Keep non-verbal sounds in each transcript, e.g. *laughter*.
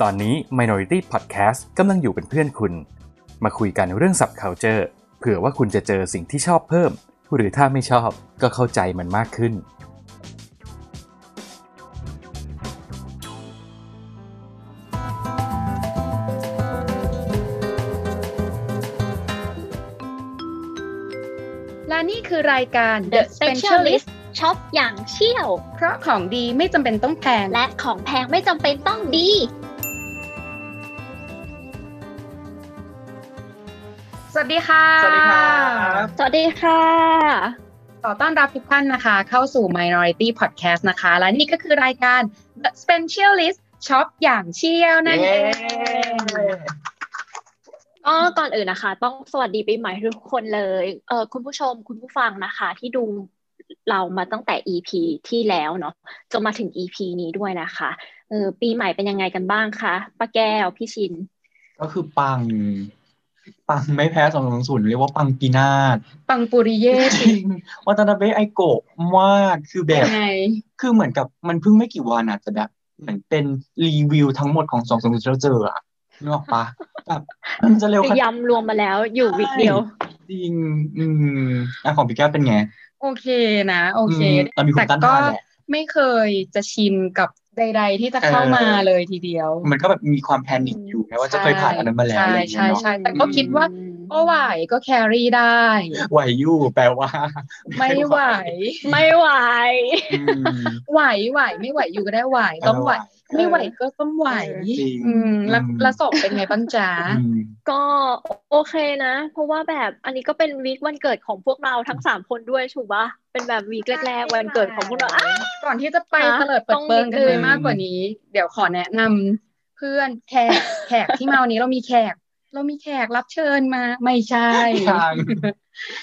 ตอนนี้ Minority Podcast กำลังอยู่เป็นเพื่อนคุณ มาคุยกันเรื่องสับ culture เผื่อว่าคุณจะเจอสิ่งที่ชอบเพิ่ม หรือถ้าไม่ชอบก็เข้าใจมันมากขึ้น และนี่คือรายการ The Specialist ช็อปอย่างเชี่ยว เพราะของดีไม่จำเป็นต้องแพง และของแพงไม่จำเป็นต้องดี สวัสดีค่ะ สวัสดีครับ สวัสดีค่ะ ขอต้อนรับทุกท่านนะคะ เข้าสู่ Minority Podcast นะคะ และนี่ก็คือรายการ The Specialist ช็อปอย่างเชี่ยวนั่นเอง ก็ก่อนอื่นนะคะ ต้องสวัสดีปีใหม่ทุกคนเลยเออคุณผู้ชมคุณผู้ฟังนะคะ ที่ดูเรามาตั้งแต่ EP ที่แล้วเนาะจนมาถึง EP นี้ด้วยนะคะเออปีใหม่เป็นยังไงกันบ้างคะป้าแก้วพี่ชิน ก็คือปัง ปังไม่แพ้สองสองศูนย์เรียกว่าปังปีนาศ ปังปุริเย่ *laughs* จริงวัตนาเบะไอโกะมากคือแบ ยั บ งไง คือเหมือนกับมันเพิ่งไม่กี่วันอ่ะแต่แบบเหมือนเป็นรีวิวทั้งหมดของสองสองศูนย์ที่เราเจออ่ะนึกออกปะแบบมันจะเร็ว คื ข อ นาด ยำรวมมาแล้วอยู่วิกเดียว จริงอืมอ่ะของพี่แก้วเป็นไง โอเคนะ โอเค มเรามีคุ แต่ ณต้าน ก็ ทานแหละ ไม่เคยจะชินกับใด ๆ ที่จะเข้ามา เออ เลยทีเดียว มันก็แบบมีความแพนิคอยู่แม้ว่าจะเคยผ่านอันนั้นมาแล้ว ใช่ อะไรอย่างเงี้ ใช่ ยเนาะ ใช่แต่ก็คิดว่าก็ไหวก็แครี่ได้ ไหวอยู่แปลว่า ไม่ไหว ไม่ไหว อืม ไหวไหวไม่ไหวอยู่ก็ได้ไหวต้องไหว ไม่ไหวก็ต้องไหว จริง อืมแล้ว อืม แล้วศพเป็นไงบ้างจ๊ะ อืม ก็โอเคนะ เพราะว่าแบบอันนี้ก็เป็นวีควันเกิดของพวกเราทั้งสามคนด้วยถูกปะเป็นแบบวีคแรกๆ วันเกิดของพวกเราอ่ะ ก่อนที่จะไป ฮะ เตลิดเปิดเปิงกันไปต้องมีเออ มากกว่านี้ เดี๋ยวขอแนะนำเพื่อนแขกแขกที่มาวันนี้เรามีแขก เรามีแขกรับเชิญมาไม่ใช่ ยัง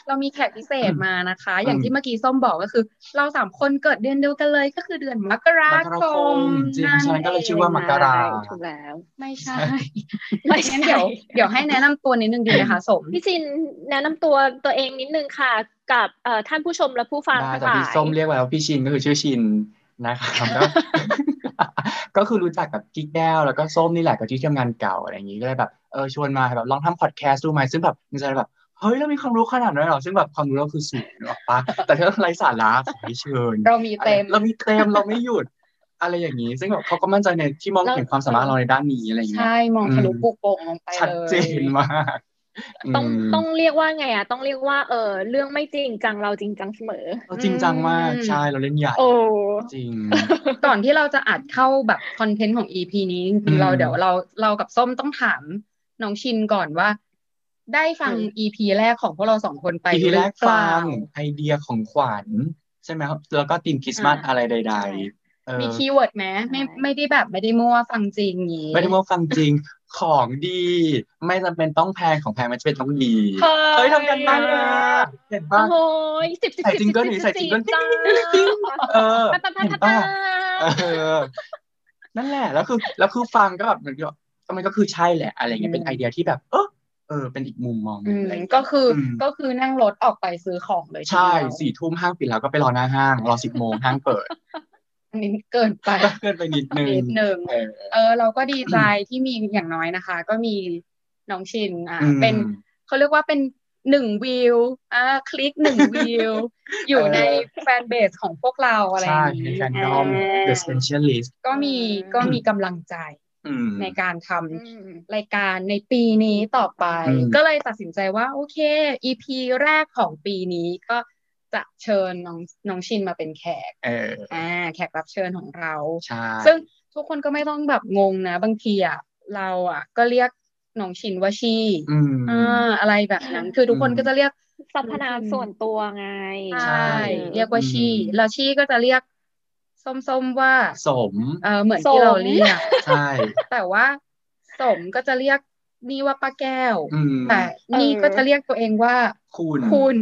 เรามีแขกพิเศษมานะคะ อย่าง อืม ที่เมื่อกี้ส้มบอกก็คือ เราสามคนเกิดเดือนเดียวกันเลยก็คือเดือนมกราม กรา ค ค ม มจริงฉะนั้นก็เลยชื่อว่ามกรา ถูกแล้ว ไม่ใช่ *laughs* ไม่ งั้นใช่เดี๋ยวเดี๋ยวให้แนะนำตัวนิดนึงดีไหมคะสม พี่จินแนะนำตัวตัวเองนิดนึงค่ะ กับเอ่อท่านผู้ชมและผู้ฟัง ได้ ทั้ง แต่ หลา พี่ ย ส้มเรียกมาแล้วพี่ชินก็คือชื่อชินนะครับก็ *laughs* ก็คือรู้จักกับกิ๊กแก้วแล้วก็ส้มนี่แหละกับที่ทำงานเก่าอะไรอย่างงี้ก็เลยแบบเออชวนมาแบบลองทำพอดแคสต์ดูไหมซึ่งแบบมันจะแบบเฮ้ยเรามีความรู้ขนาดนั้นเหรอซึ่งแบบความรู้เราคือสูงหรอกปะแต่ถ้าไร้สาระขอให้เชิญ เรามีเต็ม เรามีเต็มเราไม่หยุด อะไรอย่างนี้ ซึ่งแบบเขาก็มั่นใจในที่มองเห็นความสามารถเราในด้านนี้อะไรอย่างเงี้ย ใช่มองทะลุปลุกโป่งลงไปเลย ชัดเจนมาก ต้อง ม ต้องเรียกว่าไงอ่ะ ต้องเรียกว่าเออเรื่องไม่จริงจังเราจริงจังเสมอ เราจริงจังมาก อืม ใช่เราเล่นใหญ่ โอ้ จริง ก่อนที่เราจะอัดเข้าแบบคอนเทนต์ของ EP นี้จ อื ริง ม ๆเราเดี๋ยวเราเรากับส้มต้องถามน้องชินก่อนว่า ได้ฟัง อืม EP แรกของพวกเราสองคนไป อีพี ห แร รือกเป ฟั ล่า งไอเดียของขวัญ ใช่ไหมครับ แล้วก็ทีมคริสต์มาส อ่า อะไรใ ใช่ ด ๆ เออ มีคีย์เวิร์ดไหมไม่ ใช่ ไม่ได้แบบไม่ได้มั่วฟังจริงงี้ ไม่ได้ว่าฟังจริงของดี ไม่จำเป็นต้องแพงของแพงมันจะเป็นต้องดี เฮ้ เฮ้ยทำกันบ้างนะเห็นป่ะ โอ้โหสิบสิบ ใส่ สิบ จิงเกิลหรือใส่จิงเกิล จ้า เออ ปะปะปะ เห็น ปะ ป่ะ ปะ เออ นั่นแหละ แล้วคือแล้วคือฟังก็แบบเหมือนกับมันก็คือใช่แหละอะไรเงี้ยเป็นไอเดียที่แบบ เออเออ เป็นอีกมุมมองหนึ่งอะไรเงี้ย ก็คืออ ม ก็คือนั่งรถออกไปซื้อของเลย ใช่ ทีเดียว สี่ทุ่มห้างปิดแล้วก็ไปรอหน้าห้างรอสิบโมงห้างเปิด อันนี้เกินไป ก็เกินไปนิดนึง นิดนึง เออ เออเราก็ดีใจที่มีอย่างน้อยนะคะ ก็มีน้องชินอ่า อืม เป็นเขาเรียกว่าเป็นหนึ่งวิวอ่าคลิกหนึ่งวิ *laughs* ว อยู่ เออ ในแฟนเบสของพวกเราอะไรอ ใช่ ย่าง ใน นี้ แฟนดอม เอ The อ Specialist ก็มีก็มีกำลังใจ อืม ในการท อืม ำรายการในปีนี้ต่อไป อืม ก็เลยตัดสินใจว่าโอเค EP แรกของปีนี้ก็จะเชิญน้องน้องชินมาเป็นแขก เออ อ่าแขกรับเชิญของเรา ใช่ ซึ่งทุกคนก็ไม่ต้องแบบงงนะ บางทีอ่ะเราอ่ะก็เรียกน้องชินว่าชี อืม อ่าอะไรแบบนั้น คือทุกคน อืม ก็จะเรียก สรรพนามส่วนตัวไง ใช่ อืม เรียกว่าชีแล้วชีก็จะเรียกส้มๆว่า สม เออเหมือน ส้ม ที่เราเรียก ใช่ แต่ว่าสมก็จะเรียกนี่ว่าป้าแก้ว อืม แต่นี่ก็จะเรียกตัวเองว่า คุณ คุณ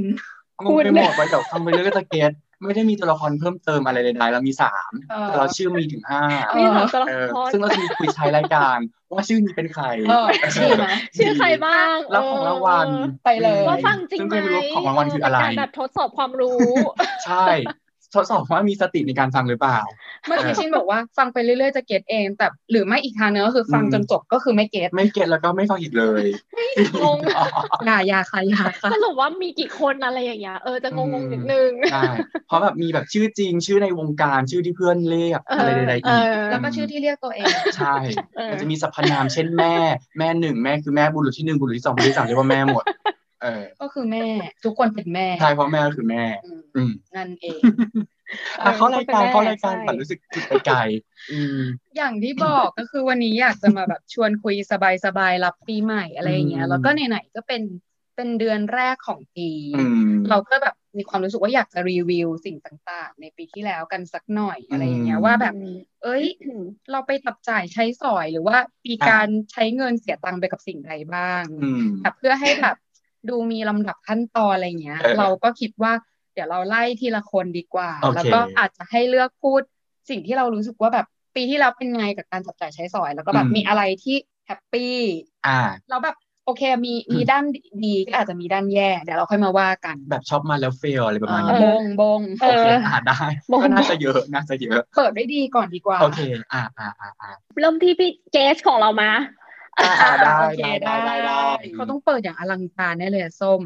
งงไปหมดไปเดี๋ยวฟังไปเรื่อยก็จะเก็ตไม่ได้มีตัวละครเพิ่มเติมอะไรใดๆเรามีสาม เออ แต่เราชื่อมีถึงห้า เออ มีสองตัวละ เออ คร ซึ่งเราจะมีคุยใช้รายการ ว่าชื่อนี้เป็นใคร เออ *laughs* ชีไหม ชื่อใครบ้าง รับของรางวัล ไปเลย เออว่าฟังจริง ซึ่ง ไหม ก็ไม่รู้ของรางวัลคืออะไร เเป็นการแบบทดสอบความรู้ ใช่ ทดสอบว่ามีสติในการฟังหรือเปล่า เมื่อกี้ชินบอกว่าฟังไปเรื่อยๆจะเก็ตเอง แต่หรือไม่อีกทางนึงก็คือฟัง อืม จนจบก็คือไม่เก็ต ไม่เก็ตแล้วก็ไม่ฟังอีกเลย งง อย่าอย่าค่ะอย่าค่ะ สรุปว่ามีกี่คนอะไรอย่างเงี้ยเออจะงงงๆนิดนึง ใช่เพราะแบบมีแบบชื่อจริงชื่อในวงการชื่อที่เพื่อนเรียก เอออ อะไรใดๆอีก เออ แล้วก็ชื่อที่เรียกตัวเอง ใช่ เออ มันจะมีสรรพนามเช่นแม่ แม่หนึ่งแม่คือแม่บุรุษที่หนึ่งบุรุษที่สองบุรุษที่สามเรียกว่าแม่หมด เออ ก็คือแม่ ทุกคนเป็นแม่ ใช่เพราะแม่ก็คือแม่ อืม อืม นั่นเอง อ่ะเข้ารายการ เออ เข้ารายการ ใช่ ฝันรู้สึกจุดไปไกลอืม อย่างที่บอกก็คือวันนี้อยากจะมาแบบชวนคุยสบายๆรับปีใหม่อะไรอย่างเงี้ อื ย ม แล้วก็ไหนๆก็เป็นเป็นเดือนแรกของปี อืม เราก็แบบมีความรู้สึกว่าอยากจะรีวิวสิ่งต่างๆ ในปีที่แล้วกันสักหน่อยอะไรอย่างเงี้ อื ย ม ว่าแบบ เอ้ย เราไปจับจ่ายใช้สอยหรือว่าปีการใช้เงินเสียตังค์ไปกับสิ่งใดบ้าง อืม แบบเพื่อให้แบบดูมีลำดับขั้นตอนอะไรเงี้ย เออ เราก็คิดว่าเดี๋ยวเราไล่ทีละคนดีกว่า โอเค แล้วก็อาจจะให้เลือกพูดสิ่งที่เรารู้สึกว่าแบบปีที่แล้วเป็นไงกับการจับจ่ายใช้สอย แล้วก็แบบมีอะไรที่แฮปปี้ อ่า แล้วแบบโอเคมี อืม มีด้านดีก็อาจจะมีด้านแย่เดี๋ยวเราค่อยมาว่ากัน แบบช็อปมาแล้วเฟลอะไรประมาณ อ่า นี้ บงบง เอ โอ อ เคอ่าได้ บอก ก็น่าจะเยอะน่าจะเยอะ เปิดได้ดีก่อนดีกว่า โอเค อ่าอ่าอ่าอ่า เริ่มที่พี่เกสของเรามา อ่า ได้ โอเค ได้ได้ได้ได้ เขาต้องเปิดอย่างอลังการแน่เลยอะส้ม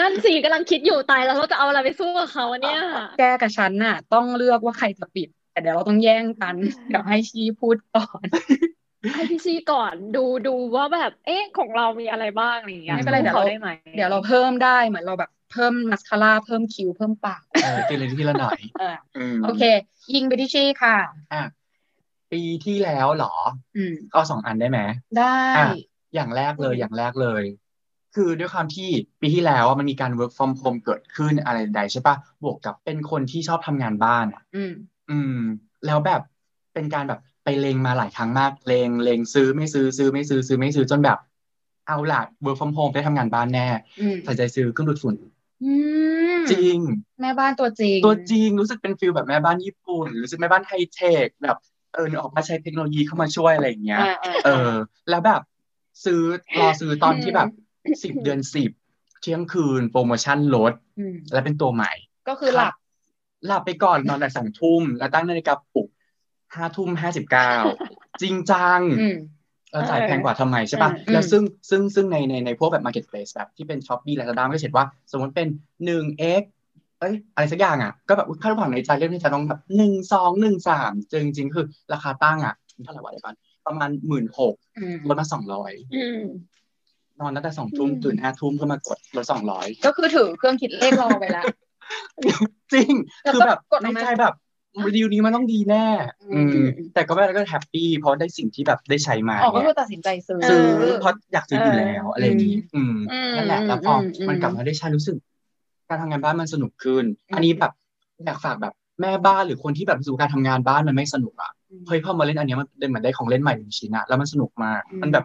นั่นสิกำลังคิดอยู่ตายแล้วเราจะเอาอะไรไปสู้กับเขาเนี่ย แก้กับฉันน่ะ ต้องเลือกว่าใครจะปิด แต่เดี๋ยวเราต้องแย่งกัน เดี๋ยวให้ชีพูดก่อน ให้พี่ซีก่อนดูดูว่าแบบเอ๊ะของเรามีอะไรบ้างอะไรอย่างเงี้ย ไม่เป็นไร สู้ เดี๋ยวเรา ได้ไหม เดี๋ยวเราเพิ่มได้เหมือนเราแบบเพิ่มมัสคาร่าเพิ่มคิ้วเพิ่มปาก เออกินเลยที่ละหน่อย เออ อืม โอเค ยิงไปที่ชีค่ะ อ่ะปีที่แล้วเหรอ อืม เอาสองอันได้ไหม ได้ อ่ะ อย่างแรกเลยอย่างแรกเลย คือด้วยความที่ปีที่แล้วอะมันมีการ work from home เกิดขึ้นอะไรใดๆใช่ปะบวกกับเป็นคนที่ชอบทำงานบ้านอ่ะ อืม อืม แล้วแบบเป็นการแบบไปเลงมาหลายครั้งมากเลงเลงซื้อไม่ซื้อซื้อไม่ซื้อซื้อไม่ซื้อจนแบบ เอาล่ะ work from home ได้ทำงานบ้านแน่ อืม ใส่ใจซื้อเครื่องดูดฝุ่น อืม จริง แม่บ้านตัวจริง ตัวจริงรู้สึกเป็นฟิลแบบแม่บ้านญี่ปุ่นรู้สึกแม่บ้านไฮเทคแบบเออออกมาใช้เทคโนโลยีเข้ามาช่วยอะไรอย่างเงี้ย อ่าอ่า เออ แล้วแบบซื้อรอซื้อตอนที่แบบสิบเดือนสิบเที่ยงคืนโปรโมชั่นลด ม และเป็นตัวใหม่ ก็คือหลับ หลับไปก่อนนอนแต่สองทุ่มแล้วตั้งนาฬิกาปลุกห้าทุ่มห้าสิบเก้าจริงจัง อืม เราจ่ายแพงกว่าทำไมใช่ป่ะ เอออืม แล้วซึ่งซึ่งซึ่งในในในพวกแบบ marketplace แบบที่เป็น Shopee Lazada มันก็จะเห็นว่า สมมติเป็นหนึ่ง x เอ้ยอะไรสักอย่างอ่ะ ก็แบบอุ๊ยคาดหวังในใจเรื่องที่จะต้องแบบหนึ่งสองหนึ่งสามจริงจริงๆคือราคาตั้งอ่ะเท่าไหร่วะเดี๋ยวก่อนประมาณหมื่นหก อืม ลดมาสองร้อย อืม นอนตั้งแต่สองทุ่ม อืม ตื่นห้าทุ่มก็มากดลดสองร้อย ก็คือถือเครื่องคิดเลขรอไว้ละ จริง แล้วก็ คือแบบ กดอ ใน อกมา ใจแบบรีวิวนี้มันต้องดีแน่ อื อื ม ม แต่ก็ไม่แล้วก็แฮปปี้เพราะได้สิ่งที่แบบได้ใช้มา ออกก็ เนี่ คื ย อตัดสินใจซื้อ ซื้อเพราะอยากซื้ออยู่แล้ว เอออ อะไรอย่างนี้อืม อืม นั่นแหละแล้วพออ มอืม มันกลับมาได้ใช้รู้สึก การทำงานบ้านมันสนุกขึ้น อืม อันนี้แบบอยากฝากแบบแม่บ้านหรือคนที่แบบรู้สึกว่าการทำงานบ้านมันไม่สนุกอ่ะเฮ้ยพอมาเล่นอันเนี้ยมันเป็นเหมือนได้ของเล่นใหม่หนึ่งชิ้นอ่ะแล้วมันสนุกมากมันแบบ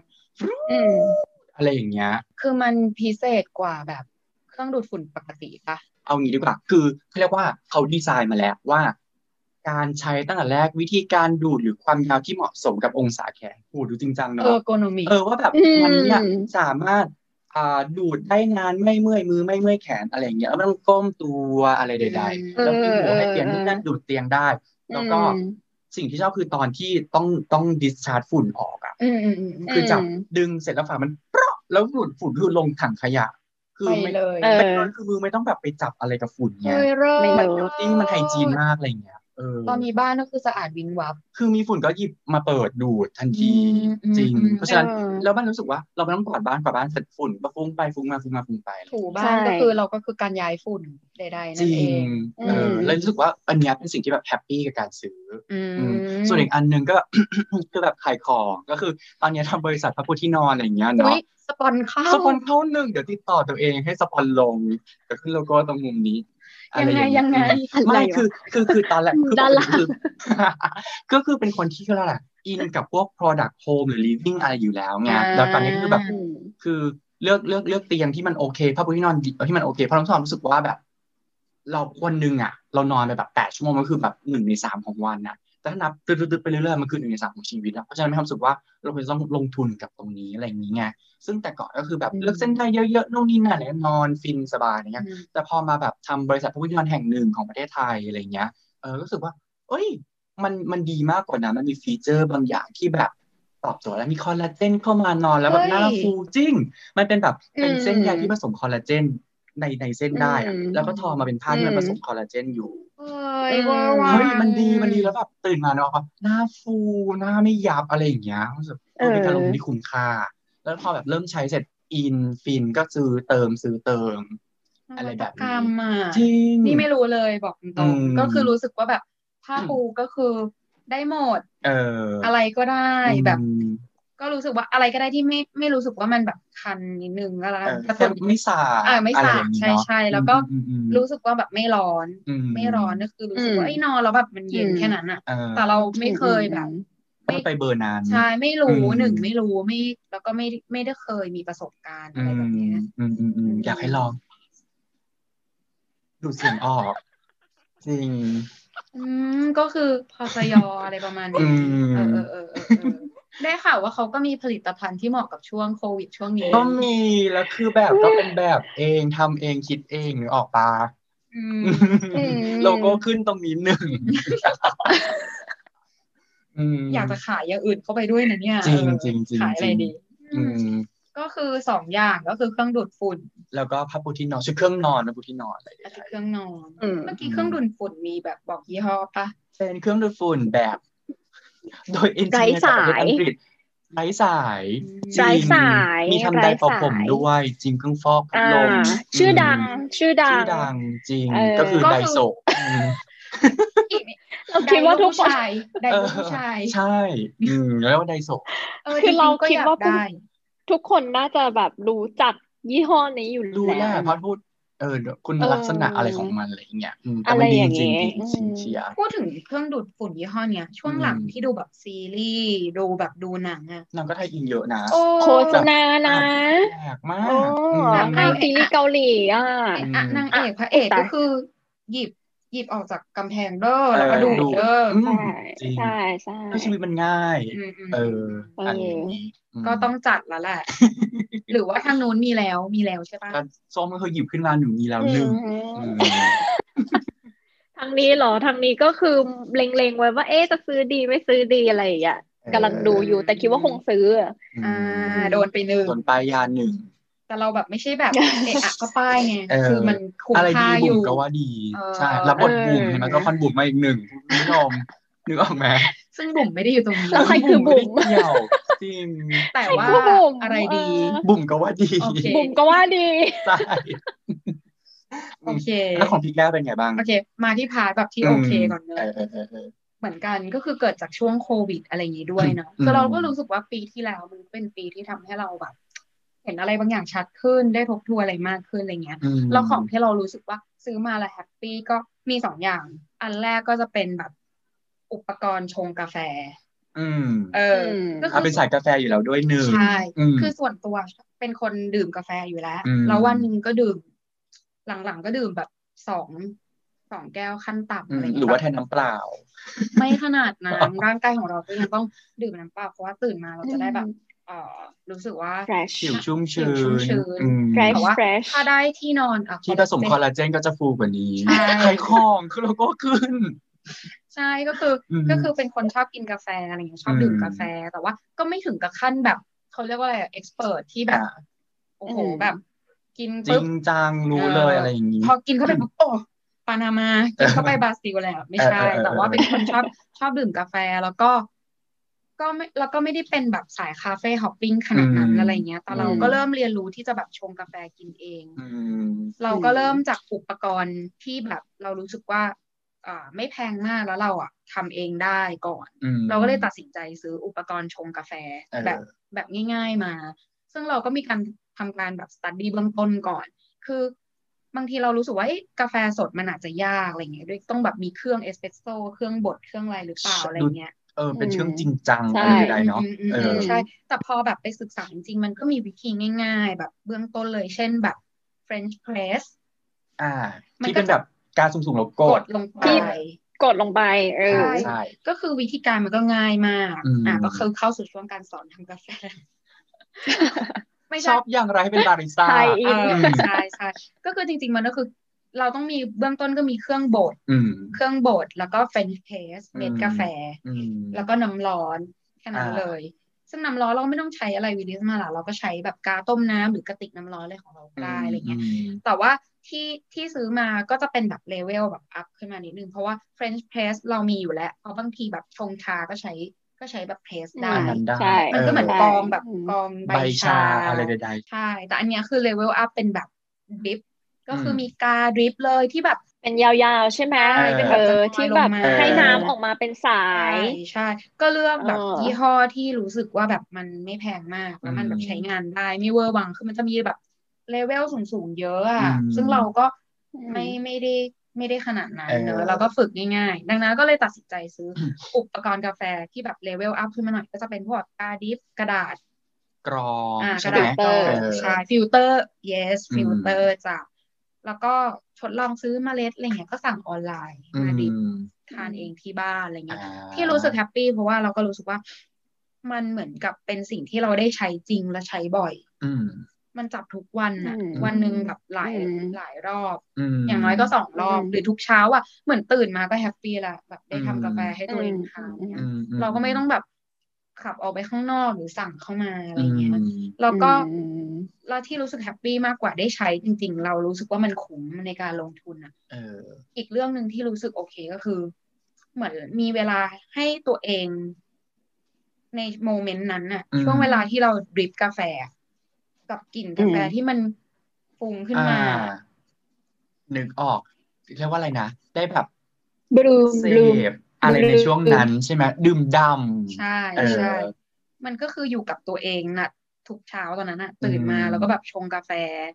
อืม อะไรอย่างเงี้ย คือมันพิเศษกว่าแบบเครื่องดูดฝุ่นปกติปะ เอางี้ดีกว่า คือเขาเรียกว่าเขาดีไซน์มาแล้วว่า การใช้ตั้งแต่แรกวิธีการดูดหรือความยาวที่เหมาะสมกับองศาแขนโหดูจริงจังเน เออ อะ โกโนมิ เออว่าแบบมันเนี่ยสามารถอ่าดูดได้นานไม่เมื่อยมือไม่เมื่อยแขนอะไรอย่างเงี้ยแล้วไม่ต้องก้มตัวอะไรใด ๆ แล้วมีหัวให้เตียงนู่นนั่นดูดเตียงได้ แล้วก็สิ่งที่ชอบคือตอนที่ต้องต้องดิสชาร์จฝุ่นออกอ่ะ อืมอืมอืม คือจับดึงเสร็จแล้วฝามันเปราะแล้วดูดฝุ่นคือลงถังขยะ คือ ไป ไม่ เลย เอ ไม่ อ ต้องคือมือไม่ต้องแบบไปจับอะไรกับฝุ่น เอ เงี้ย อเริ่ ไม่ ม เลิศ ที่มันไทยจีนมากอะไรอย่างเงี้ย เออ ตอนนี้บ้านก็คือสะอาดวิงวับ คือมีฝุ่นก็หยิบมาเปิดดูดทันที อืมอืม จริง อืม เพราะฉะนั้นแล้วมันรู้สึกว่าเราไม่ต้องกวาดบ้านกวาดบ้านเสร็จฝุ่นก็ฟุ้งไปฟุ้งมาฟุ้งมาฟุ้งไป ถู ใช่ บ้านก็คือเราก็คือการย้ายฝุ่นใดๆ จ นั่น ริ เอง ง เออ ม เลยรู้สึกว่าอันเนี้ยเป็นสิ่งที่แบบแฮปปี้กับการซื้อ อื อ ม อืมส่วนอีกอันหนึงก็แบบ *coughs* คือแบบขายของก็คือตอนเนี้ยทำบริษัทพระพุทธที่นอนอะไรอย่างเงี้ย อุ๊ เนาะ ยสปอนเข้า สปอนเข้าหนึ่งเดี๋ยวติดต่อตัวเองให้สปอนลงเดี๋ยวขึ้นโลโก้ตรงมุมนี้อะ ยัง ร ไง อา ยังไง ไม่คือคือคือตอนแรกคือ ดารา คือ ก็คือเป็นคนที่ก็แล้วแหละอินกับพวก product home หรือ living อะไรอยู่แล้วไงแล้วตอนนี้คือแบบ อืม คือเลือกเลือกเลือกเตียงที่มันโอเคผ้าปูที่นอนดีที่มันโอเคเพราะน้องสอนรู้สึกว่าแบบ เราวันหนึ่งอ่ะ เรานอนไปแบบแปดชั่วโมงก็คือแบบหนึ่งในสามของวันน่ะ แต่ถ้านับตืดๆไปเรื่อยๆมันคือหนึ่งในสามของชีวิตแล้วเพราะฉะนั้นมีความรู้สึกว่าเราควรจะต้องลงทุนกับตรงนี้อะไรอย่างนี้ไงซึ่งแต่ก่อนก็คือแบบ อืม เลือกเส้นได้เยอะๆนู่นนี่นั่นอะไรเงี้ยนอนฟินสบายอะไรเงี้ยแต่พอมาแบบทำบริษัทภาพยนตร์แห่งหนึ่งของประเทศไทยอะไรเงี้ยเออรู้สึกว่า เอ้ย มันมันดีมากกว่านะมันมีฟีเจอร์บางอย่างที่แบบตอบโจทย์แล้วมีคอลลาเจนเข้ามานอนแล้วแบบ เฮ้ย หน้าฟูจริง มันเป็นแบบเป็น อืม เส้นใยที่ผสมคอลลาเจนในในเส้นได้อะ อืม แล้วก็ทอมาเป็นผ้าที่มัน อืม ผสมคอลลาเจนอยู่ เฮ้ย อืม ว้าว เฮ้ยมันดีมันดีแล้วแบบตื่นมาเนาะแบบหน้าฟูหน้าไม่ยับอะไรอย่างเงี้ยรู้สึก เออ เป็นการลงทุนที่คุ้มค่า แล้วพอแบบเริ่มใช้เสร็จอินฟินก็ซื้อเติมซื้อเติม อะไรแบบนวัตนี้กรรมอ่ะ จริง นี่ไม่รู้เลยบอกต อื รง ม ๆก็คือรู้สึกว่าแบบผ้าปูก็คือได้หมด เอออ อะไรก็ได้แบบ อืม ก็รู้สึกว่าอะไรก็ได้ที่ไม่ไม่รู้สึกว่ามันแบบคันนิดนึงอะไร เออก ระ แต่ ตุ้น ไม่สาด อ่าไม่สาด อะไรอย่งงี้เนอะ ใช่ๆแล้วก็ อืมอืมอืม รู้สึกว่าแบบไม่ร้อน อื ไม่ร้อนก็คือรู้สึก อื ว่าม ไอ้นอนแล้วแบบมันเย็น อืม แค่นั้นอ่ะ เออ แต่เราไม่เคยแบบ ไม่ไปเบอร์นั้น ใช่ไม่รู้ อืม หนึ่งไม่รู้ไม่แล้วก็ไม่ไม่ได้เคยมีประสบการณ์ อื อะไร ม แบบเนี้ย อืมอืมอืมอยากให้ลอง ดูดเสียงออก จริง อืมก็คือพอสยออะไรประมาณ อื นี้ ม เออเออเออเออเออได้ข่าวว่าเขาก็มีผลิตภัณฑ์ที่เหมาะกับช่วงโควิดช่วงนี้ ก็มีแล้วคือแบบก็เป็นแบบเองทำเองคิดเองนึกออกปะ อืม อืม โลโก้ขึ้นตรงนี้หนึ่งอืม อยากจะขายอย่างอื่นเข้าไปด้วยนะเนี่ย จริง เออ จริงจริง ขายอะไรดีอือืม ม ก็คือสองอย่างก็คือเครื่องดูดฝุ่น แล้วก็ผ้าปูที่นอนชุดเครื่องนอนนะปูที่นอนอะไรอย่าง และ เงี้ย เครื่องนอน อืม เมื่อกี้เครื่องดูดฝุ่นมีแบบบอกยี่ห้อปะ เป็นเครื่องดูดฝุ่นแบบ โดยเอนจิเนียร์จากประเทศอังกฤษไร้สาย จริง ไร้สาย มีทำไดร์เป่า ไร้สาย ผมด้วยจริงเครื่องฟอกพัด อ่า ลม ชื่อดัง ชื่อ ม ดั ชื่อง ดังจริง เออ ก็คือไดโซะอืม อีกนิด เราคิดว่าทุกคน ไดร์ผู้ชายไดร์ผู้ชาย ใช่อืมแล้วไดโซะ เออ คื จ อ ริ เรา งๆก็ คิด อยาก ว่าผู้ ได้ ทุกคนน่าจะแบบรู้จักยี่ห้อนี้อยู่ รู้แห แล้ ละ ว เพราะพูดเออคุณ เออ ลักษณะอะไรของมันอะไรอย่างเงี้ยอืมแต่ อะไร มันดี อย่าง จริง เงี้ย จริงจริอืงม เชียร์ พูดถึงเครื่องดูดฝุ่นยี่ห้อเนี้ยช่วง อืม หลังที่ดูแบบซีรีส์ดูแบบดูหนังอะ นางก็ไทยอินเยอะนะ โอ้ โฆษณานะ แปลกมา โอ้ กอืม หนัง ไอซีรีส์เกาหลีอ่ะ อ่ะ อืม นางเอกพระเอก อ่ะ ก็คือหยิบหยิบออกจากกำแพงเด้อ เออ แล้วก็ดูด ดู เด้อ อืม ใช่ จริง ใช่ใช่ ก็ชีวิตมันง่าย อืมอืม เอออะไรอย่างงี้ม ก็ต้องจัดแล้วแหละ หรือว่าทางนู้นมีแล้วมีแล้วใช่ปะ ก็ส้มก็คือหยิบขึ้นมาหนูมีแล้วหนึ่งอืม ทางนี้เหรอทางนี้ก็คือเล็งๆไว้ว่าเอ๊ะจะซื้อดีไม่ซื้อดีอะไรอย่างเงี้ย เออ กำลังดูอยู่แต่คิดว่าคงซื้ออะ อ่าโดนไปหนึ่ง ส่วนปลายยาหนึ่ง แต่เราแบบไม่ใช่ *laughs* แบบ เอะอะก็ป้ายไง เออ คือมันคุ้ม อะไรดี ค่าอ บุ๋ม ยู่ ก็ว่าดี เออ ใช่รับบทบุ๋ม เออ เห็นไหมก็คอนบุ๋มมาอีกหนึ่งคุณผู้ชมนึกออกไหม ซึ่งบุ๋มไม่ได้อยู่ตรงนี้ แล้วใคร คือบุ๋ม ไม่ได้เกี่ยวจริง แต่ว่า คือบุ๋ม อะไรดี เออ บุ๋มก็ว่าดี โอเค บุ๋มก็ว่าดี ใช่ โอเค แล้วของพี่แก้วเป็นไงบ้าง โอเค มาที่พาร์ทแบบที่โอเคก่อนเล เอย อเออเออเออ เหมือนกันก็คือเกิดจากช่วงโควิดอะไรอย่างนี้ด้วยเนาะ อืม คือเราก็รู้สึกว่าปีที่แล้วมันเป็นปีที่ทำให้เราแบบ เห็นอะไรบางอย่างชัดขึ้นได้ทบทวนอะไรมากขึ้นอะไรเงี้ย อืม แล้วของที่เรารู้สึกว่าซื้อมาแล้วแฮปปี้ก็มีสองอย่าง อันแรกก็จะเป็นแบบอุปกรณ์ชงกาแฟ อืม เอออ ม ก็ อ่ะ คื เป็นสายกาแฟอยู่แล้วด้วยหนึ่ง ใช่ อืม คือส่วนตัวเป็นคนดื่มกาแฟอยู่แล้ว อืม แล้ววันหนึ่งก็ดื่ม หลังๆก็ดื่มแบบสองสองแก้วขั้นต่ำ อื อะ ม ไรเงี้ย หรือว่าแทนน้ำเปล่า ไม่ขนาดนั้นร่างกายของเราก็ยังต้องดื่มน้ำเปล่าเพราะว่าตื่นมาเราจะได้แบบ เอ่อรู้สึกว่า fresh ผิวชุ่มชื้ ผิวชุ่มชื้ น น อืม fresh แต่ว่า fresh ถ้าได้ที่นอนอ่ะ ที่ผสมคอลลาเจนก็จะฟูกว่านี้ ใช่ ไขายของคือเราก็ขึ้น ใช่ก็คืออ ม ก็คือเป็นคนชอบกินกาแฟอะไรอย่างเงี้ยชอบ อืม ดื่มกาแฟแต่ว่าก็ไม่ถึงกับขั้นแบบเขาเรียกว่าอะไรเอ็กซ์เพรสที่แบบ อ่า โอ้โห อืม แบบ กิน จริ ปุ๊บ งจังรู้เลยอะไรอย่างนี้ พอกินเข้าไปปุ๊บโอ้ปานามากินเข้าไปบราซิลอะไร *laughs* แบบไม่ใช่ เออเออเออ แต่ว่าเป็นคนชอบชอบดื่มกาแฟแล้วก็ ก็ไม่แล้วก็ไม่ได้เป็นแบบสายคาเฟ่ฮอปปิ้งขนาดนั้นอะไรเงี้ยแต่เราก็เริ่มเรียนรู้ที่จะแบบชงกาแฟกินเอง อืม เราก็เริ่มจากอุปกรณ์ที่แบบเรารู้สึกว่าอ่าไม่แพงมากแล้วเราอ่ะทำเองได้ก่อน อืม เราก็เลยตัดสินใจซื้ออุปกรณ์ชงกาแฟ เออ แบบแบบง่าย ๆมา ซึ่งเราก็มีการทำการแบบสตัดดี้เบื้องต้นก่อน คือบางทีเรารู้สึกว่าเอ๊ะกาแฟสดมันอาจจะยากอะไรเงี้ยด้วยต้องแบบมีเครื่องเอสเปรสโซ่เครื่องบดเครื่องอะไรหรือเปล่าอะไรเงี้ย เออเป็นเชื่องจริงจัง ใช่ อะไรใดๆเนาะ อืม เอ อืม อ อืมใช่ แต่พอแบบไปศึกษาจริงๆมันก็มีวิธีง่ายๆ แบบเบื้องต้นเลย เช่นแบบ French press อ่า มันก็ ที่เป็นแบบการสูงๆแล้วก ก ด ดลงไป ที่ ก กดลงไป เออ ใช่ ใช่ ก็คือวิธีการมันก็ง่ายมาก อืม อ่ะก็คือเข้าสู่ช่วงการสอนทำกาแฟ ไม่ ช ใช่ อบอย่างไรให้เป็นบาริสต้า ใช่อี เอก อ อืม ใช่ใช่ก็คือจริง ๆ มันก็คือ เราต้องมีเบื้องต้นก็มีเครื่องบด อืม เครื่องบดแล้วก็เฟรนช์เพสเม็ด อืม กาแฟ อืม แล้วก็น้ำร้อนแค่นั้น อ่า เลย ซึ่งน้ำร้อนเราไม่ต้องใช้อะไรวิลิสมาหรอกเราก็ใช้แบบกาต้มน้ำหรือกระติกน้ำร้อนอะไรของเราก็ได้อะไรเงี้ย ม แต่ว่าที่ที่ซื้อมาก็จะเป็นแบบเลเวลแบบอัพขึ้นมานิดนึง เพราะว่า French press เรามีอยู่แล้วเพราะบางทีแบบชงชาก็ใช้ก็ใช้แบบเพรสได้ อื นั้นได้ ใช่ มันก็เหมือน เออก องแบบ อืม กอง ใบชาอะไรใด ใช่ แต่อันเนี้ยคือเลเวลอัพเป็นแบบดริป ก็คืออ ม มีกาดริปเลยที่แบบ เป็นยาวๆ ใช่ไหม ใช่เป็นแบบ เออ จะลอย ที่แบบ ลงมา ให้น้ำออกมาเป็นสา ใช่ ย ใช่ ก็เลือกแบบ เออ ยี่ห้อที่รู้สึกว่าแบบมันไม่แพงมาก แล้วมัน อืม แบบใช้งานได้ไม่เวอร์วังคือมันจะมีแบบเลเวลสูงๆเยอะ อื อ่ะ ม ซึ่งเราก็ ไม่ไม่ได้ไม่ได้ขนาดนั้น เออ เนอะเราก็ฝึกง่ายๆ ดังนั้นก็เลยตัดสินใจซื้ออ ม อุปกรณ์กาแฟที่แบบเลเวลอัพขึ้นมาหน่อย ก็จะเป็นพวกกาดิฟกระดาษ ๆ กรอง อ่าก ใช่ ระ ไหม ดาษกรอง เออ ใช่ฟิลเตอร์ yes อืม ฟิลเตอร์จ้ะแล้วก็ทดลองซื้อเมล็ดอะไรเงี้ยก็สั่งออนไลน์มาดิฟ อืม ทานเองที่บ้านอะไรเงี้ย อ่า ที่รู้สึกแฮปปี้เพราะว่าเราก็รู้สึกว่า มันเหมือนกับเป็นสิ่งที่เราได้ใช้จริงและใช้บ่อย อืม มันจับทุกวันน่ะ อืม วันหนึ่งแบบหลาย อืม หลายรอบ อืม อย่างน้อยก็สองรอบ อืม หรือทุกเช้าอ่ะเหมือนตื่นมาก็แฮปปี้ละแบบได้ อืม ทำกาแฟให้ตัวเองทานเนี่ย อืม เราก็ไม่ต้องแบบขับออกไปข้างนอกหรือสั่งเข้ามาอะไรเงี้ย ม แล้วก็ อืม เราที่รู้สึกแฮปปี้มากกว่าได้ใช้จริง ๆ เรารู้สึกว่ามันคุ้มในการลงทุนอ่ะ เออ อีกเรื่องหนึ่งที่รู้สึกโอเคก็คือ เหมือนมีเวลาให้ตัวเอง ในโมเมนต์นั้นน่ะ อืม ช่วงเวลาที่เราดริปกาแฟ กับกลิ่นกาแฟ อืม ที่มันฟุ้งขึ้นมา อ่า นึกออก เรียกว่าอะไรนะ ได้แบบ บลูม เส บลูม พอะไรในช่วงนั้นใช่ไหมดื่มดำ ใช่ เออ ใช่ มันก็คืออยู่กับตัวเองนะทุกเช้าตอนนั้นนะตื่นมา อืม แล้วก็แบบชงกาแฟ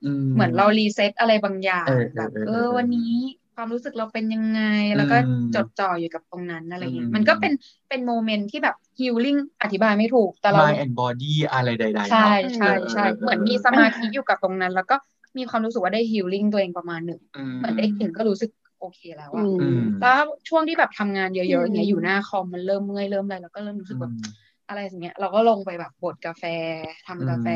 อืม เหมือนเรารีเซ็ตอะไรบางอย่าง เออเออ แบบ เออ เอ เออ อวันนี้ความรู้สึกเราเป็นยังไง แล้วก็ อืม จดจ่ออยู่กับตรงนั้นอะไรเงี้ อื ย ม มันก็เป็นเป็นโมเมนต์ที่แบบฮิลลิ่งอธิบายไม่ถูกแต่เรา mind and body อะไรใดๆ ใช่ เนาะ ใช่ เออ ใช่ เออเออ เหมือนมีสมาธิอยู่กับตรงนั้น แล้วก็มีความรู้สึกว่าได้ฮิลลิ่งตัวเองประมาณหนึ่งเหมือนได้กลิ่นก็รู้สึกโอเคแล้วอะ อืม แล้วช่วงที่แบบทำงานเยอะๆอย่างเงี้ยอืม อยู่หน้าคอมมันเริ่มเมื่อยเริ่มอะไรแล้วก็เริ่มรู้สึกแบบ อะไรอย่างเงี้ยเราก็ลงไปแบบบดกาแฟทำกาแฟ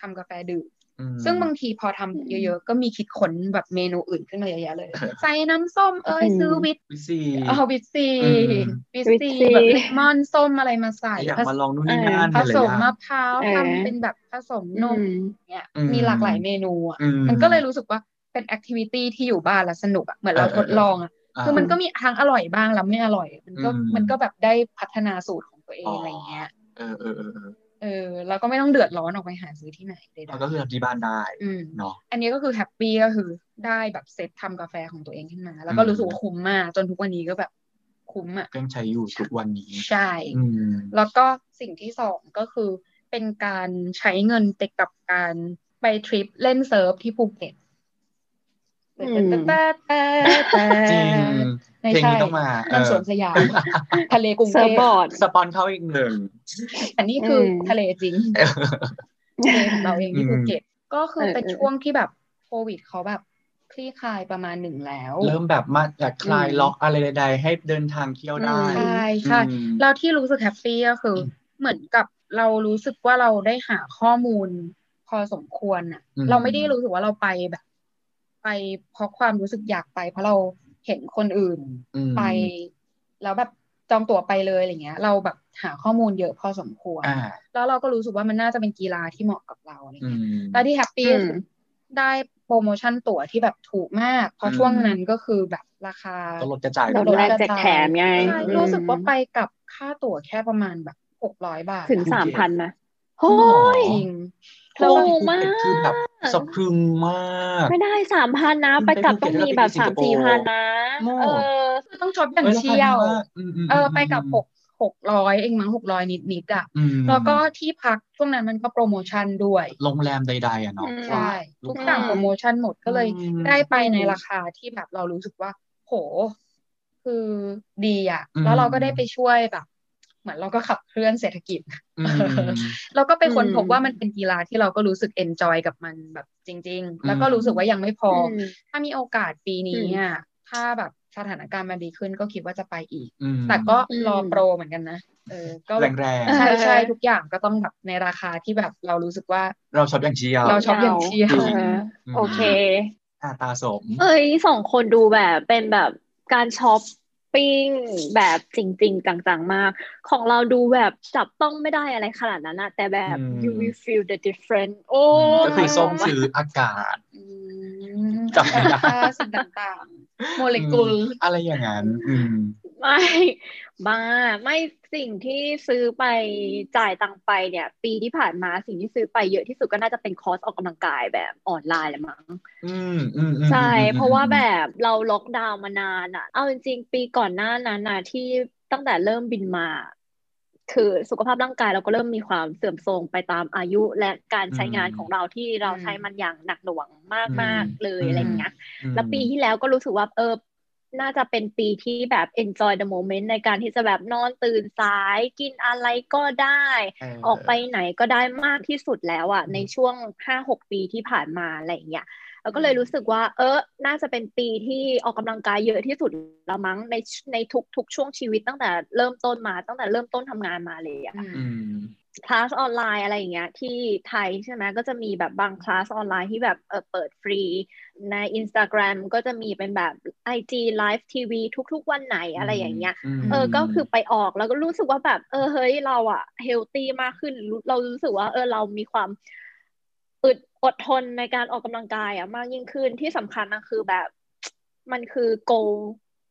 ทำกาแฟดื่ม อืม ซึ่งบางทีพอทำเยอะๆ ก็มีคิดค้นแบบเมนูอื่นขึ้นมาเยอะ *laughs* แยะเลย ใส่น้ำส้มเอ้ย อืม ซื้อวิต วิซี เอาวิตซี อืม วิต วิต ซี ซี แบบเลมอนส้มอะไรมาใส่ อยาก ผส มาลองนู่น เอ นี่ อ นั่น ผ อะไร ส อ ม ย่างเงี้ มะ ย พร้าว เออ ทำเป็นแบบผสมนมอย่างเงี้ย อืม มีหลากหลายเมนูอ่ะ อื มันก็เลยรู้สึกว่าเป็นแอคทิวิตี้ที่อยู่บ้านแล้วสนุกอ่ะเหมือนเรา เออเอ ท อ ดลองอ่ะ อ่า คือมันก็มีทั้งอร่อยบ้างแล้วไม่อร่อย มันก็ อืม มันก็แบบได้พัฒนาสูตรของตัวเองอะไรอย่างเงี้ย เออเออเออเออ เออเราก็ไม่ต้องเดือดร้อนออกไปหาซื้อที่ไหนใด มันก็คือทำที่บ้านได้ ๆอืม เนาะ อันนี้ก็คือแฮปปี้ก็คือได้แบบเซตทำกาแฟของตัวเองขึ้นมา แล้วก็ อืม รู้สึกว่าคุ้มมากจนทุกวันนี้ก็แบบคุ้มอ่ะ เครื่องใช้อยู่ทุกวันนี้ ใช่ อืม แล้วก็สิ่งที่สองก็คือ เป็นการใช้เงินไปกับการไปทริปเล่นเซิร์ฟที่ภูเก็ต อืม แต่แต่แต่ จริง ไม่ เพลง ใช่ นี้ต้องมาเอ ต้น อ สวนสยามทะเลกรุง เซิ เท ร์ฟ พ บอร์ด สปอนเข้าอีกหนึ่ง อันนี้คืออ ม ทะเลจริง เออ ทะเลของเราเองที่ อืม ภูเก็ตก็คือเป็น เออเออ ช่วงที่แบบโควิดเขาแบบคลี่คลายประมาณหนึ่งแล้ว เริ่มแบบมาจากคลาย อืม ล็อกอะไรใดๆให้เดินทางเที่ยวได้ ใช่ใช่ อืม เราที่รู้สึกแฮปปี้ก็คืออ ม เหมือนกับเรารู้สึกว่าเราได้หาข้อมูลพอสมควรอ่ะ อืม เราไม่ได้รู้สึกว่าเราไปแบบ ไปเพราะความรู้สึกอยากไป เพราะเราเห็นคนอื่น อืม ไปแล้วแบบจองตั๋วไปเลยอะไรเงี้ย เราแบบหาข้อมูลเยอะพอสมควร อ่า แล้วเราก็รู้สึกว่ามันน่าจะเป็นกีฬาที่เหมาะกับเราอะไร อื เงี้ย ม แล้วที่แฮปปี้ อืม ก็คือได้โปรโมชั่นตั๋วที่แบบถูกมาก เพ อื ราะ ม ช่วงนั้นก็คือแบบราคา ตลดจะจ่าย ลดแรกแจกแถมไง ใช่ อืม รู้สึกว่าไปกับค่าตั๋วแค่ประมาณแบบหกร้อยบาท ถึง ภูเก็ต สามพันนะโอ้ย จริง ถู แล้ว ก เรา ภูเก็ตคือแบบสะพรึงมาก ไม่ได้สามพันนะ ไปกลับต้องมีแบบสามสี่พันนะ โง่ เออ คือต้องช็อปอย่าง อ้ราคา เชี่ยว ดีมากมม เออ ไปกับหกหกร้อยเองมั้งหกร้อยนิดนิดๆอ่ะ อืม แล้วก็ที่พักช่วงนั้นมันก็โปรโมชั่นด้วย โรงแรมใด ๆอ่ะเนาะ อืม ใช่ ลู ทุ ก กอค้าย่างโปรโมชั่นหมดก็เลย อืม ได้ไปในราคาที่แบบเรารู้สึกว่า โห คือดีอ่ะ อืม แล้วเราก็ได้ไปช่วยแบบ เหมือนเราก็ขับเคลื่อนเศรษฐกิจ อืม เราก็ไปค้นพบ อืม ว่ามันเป็นกีฬาที่เราก็รู้สึกเอนจอยกับมันแบบจริง ๆ แล้วก็ อืม รู้สึกว่ายังไม่พอ ม ถ้ามีโอกาสปีนี้อ่ะถ้าแบบ สถานการณ์มันดีขึ้นก็คิดว่าจะไปอีก อืม แต่ก็ อืม รอโปรเหมือนกันนะเออก็ แรง ใช่ใช่ทุกอย่างก็ต้องแบบในราคาที่แบบเรารู้สึกว่า ๆ เราชอบอย่างเชียว เราชอบ ย่งเชี่ยว เออโอเค อ่าตาสม เอ้ยสองคนดูแบบเป็นแบบการช้อปปิ้งแบบจริง ๆ จังๆ มาก ของเราดูแบบจับต้องไม่ได้อะไรขนาดนั้นนะแต่แบบ อืม you will feel the difference โอ้ ก็คือส้มซื้ออากาศ อืม จำไม่ได้ ค่าสิ่งต่างๆ โมเลกุล อืมอะไรอย่างนั้น อืม ไม่บ้าไม่สิ่งที่ซื้อไปจ่ายตังค์ไปเนี่ย ปีที่ผ่านมาสิ่งที่ซื้อไปเยอะที่สุดก็น่าจะเป็นคอร์สออกกำลังกายแบบออนไลน์แหละมั้ง อืมอืมอืม ใช่ อืม เพราะว่าแบบเราล็อกดาวน์มานานอ่ะ เอาจริงๆ ปีก่อนหน้านั้นนะที่ตั้งแต่เริ่มบินมา คือสุขภาพร่างกายเราก็เริ่มมีความเสื่อมโทรมไปตามอายุและการใช้งานของเราที่เราใช้มันอย่างหนักหน่วงมากๆเลยอะไรอย่างเงี้ย อืม แล้วปีที่แล้วก็รู้สึกว่าเออ น่าจะเป็นปีที่แบบ enjoy the moment ในการที่จะแบบนอนตื่นสายกินอะไรก็ได้ เ ออกไปไหนก็ได้มากที่สุดแล้วอะในช่วงห้าหกปีที่ผ่านมาอะไรอย่างเงี้ยแล้วก็เลยรู้สึกว่า เออน่าจะเป็นปีที่ออกกำลังกายเยอะที่สุดแล้วมั้งในในทุกทุกช่วงชีวิตตั้งแต่เริ่มต้นมาตั้งแต่เริ่มต้นทำงานมาเลยอะ อืม คลาสออนไลน์อะไรอย่างเงี้ยที่ไทยใช่ไหมก็จะมีแบบบางคลาสออนไลน์ที่แบบเออเปิดฟรี ใน Instagram ก็จะมีเป็นแบบ IG Live TV ทุกๆวันไหนอะไรอย่างเงี้ย เออ ก็คือไปออกแล้วก็รู้สึกว่าแบบ เออ เฮ้ย เราอะเฮลตี้มากขึ้นรู้เรารู้สึกว่า เออ เรามีความอึดอดทนในการออกกำลังกายอะมากยิ่งขึ้นที่สำคัญนะคือแบบ มันคือ goal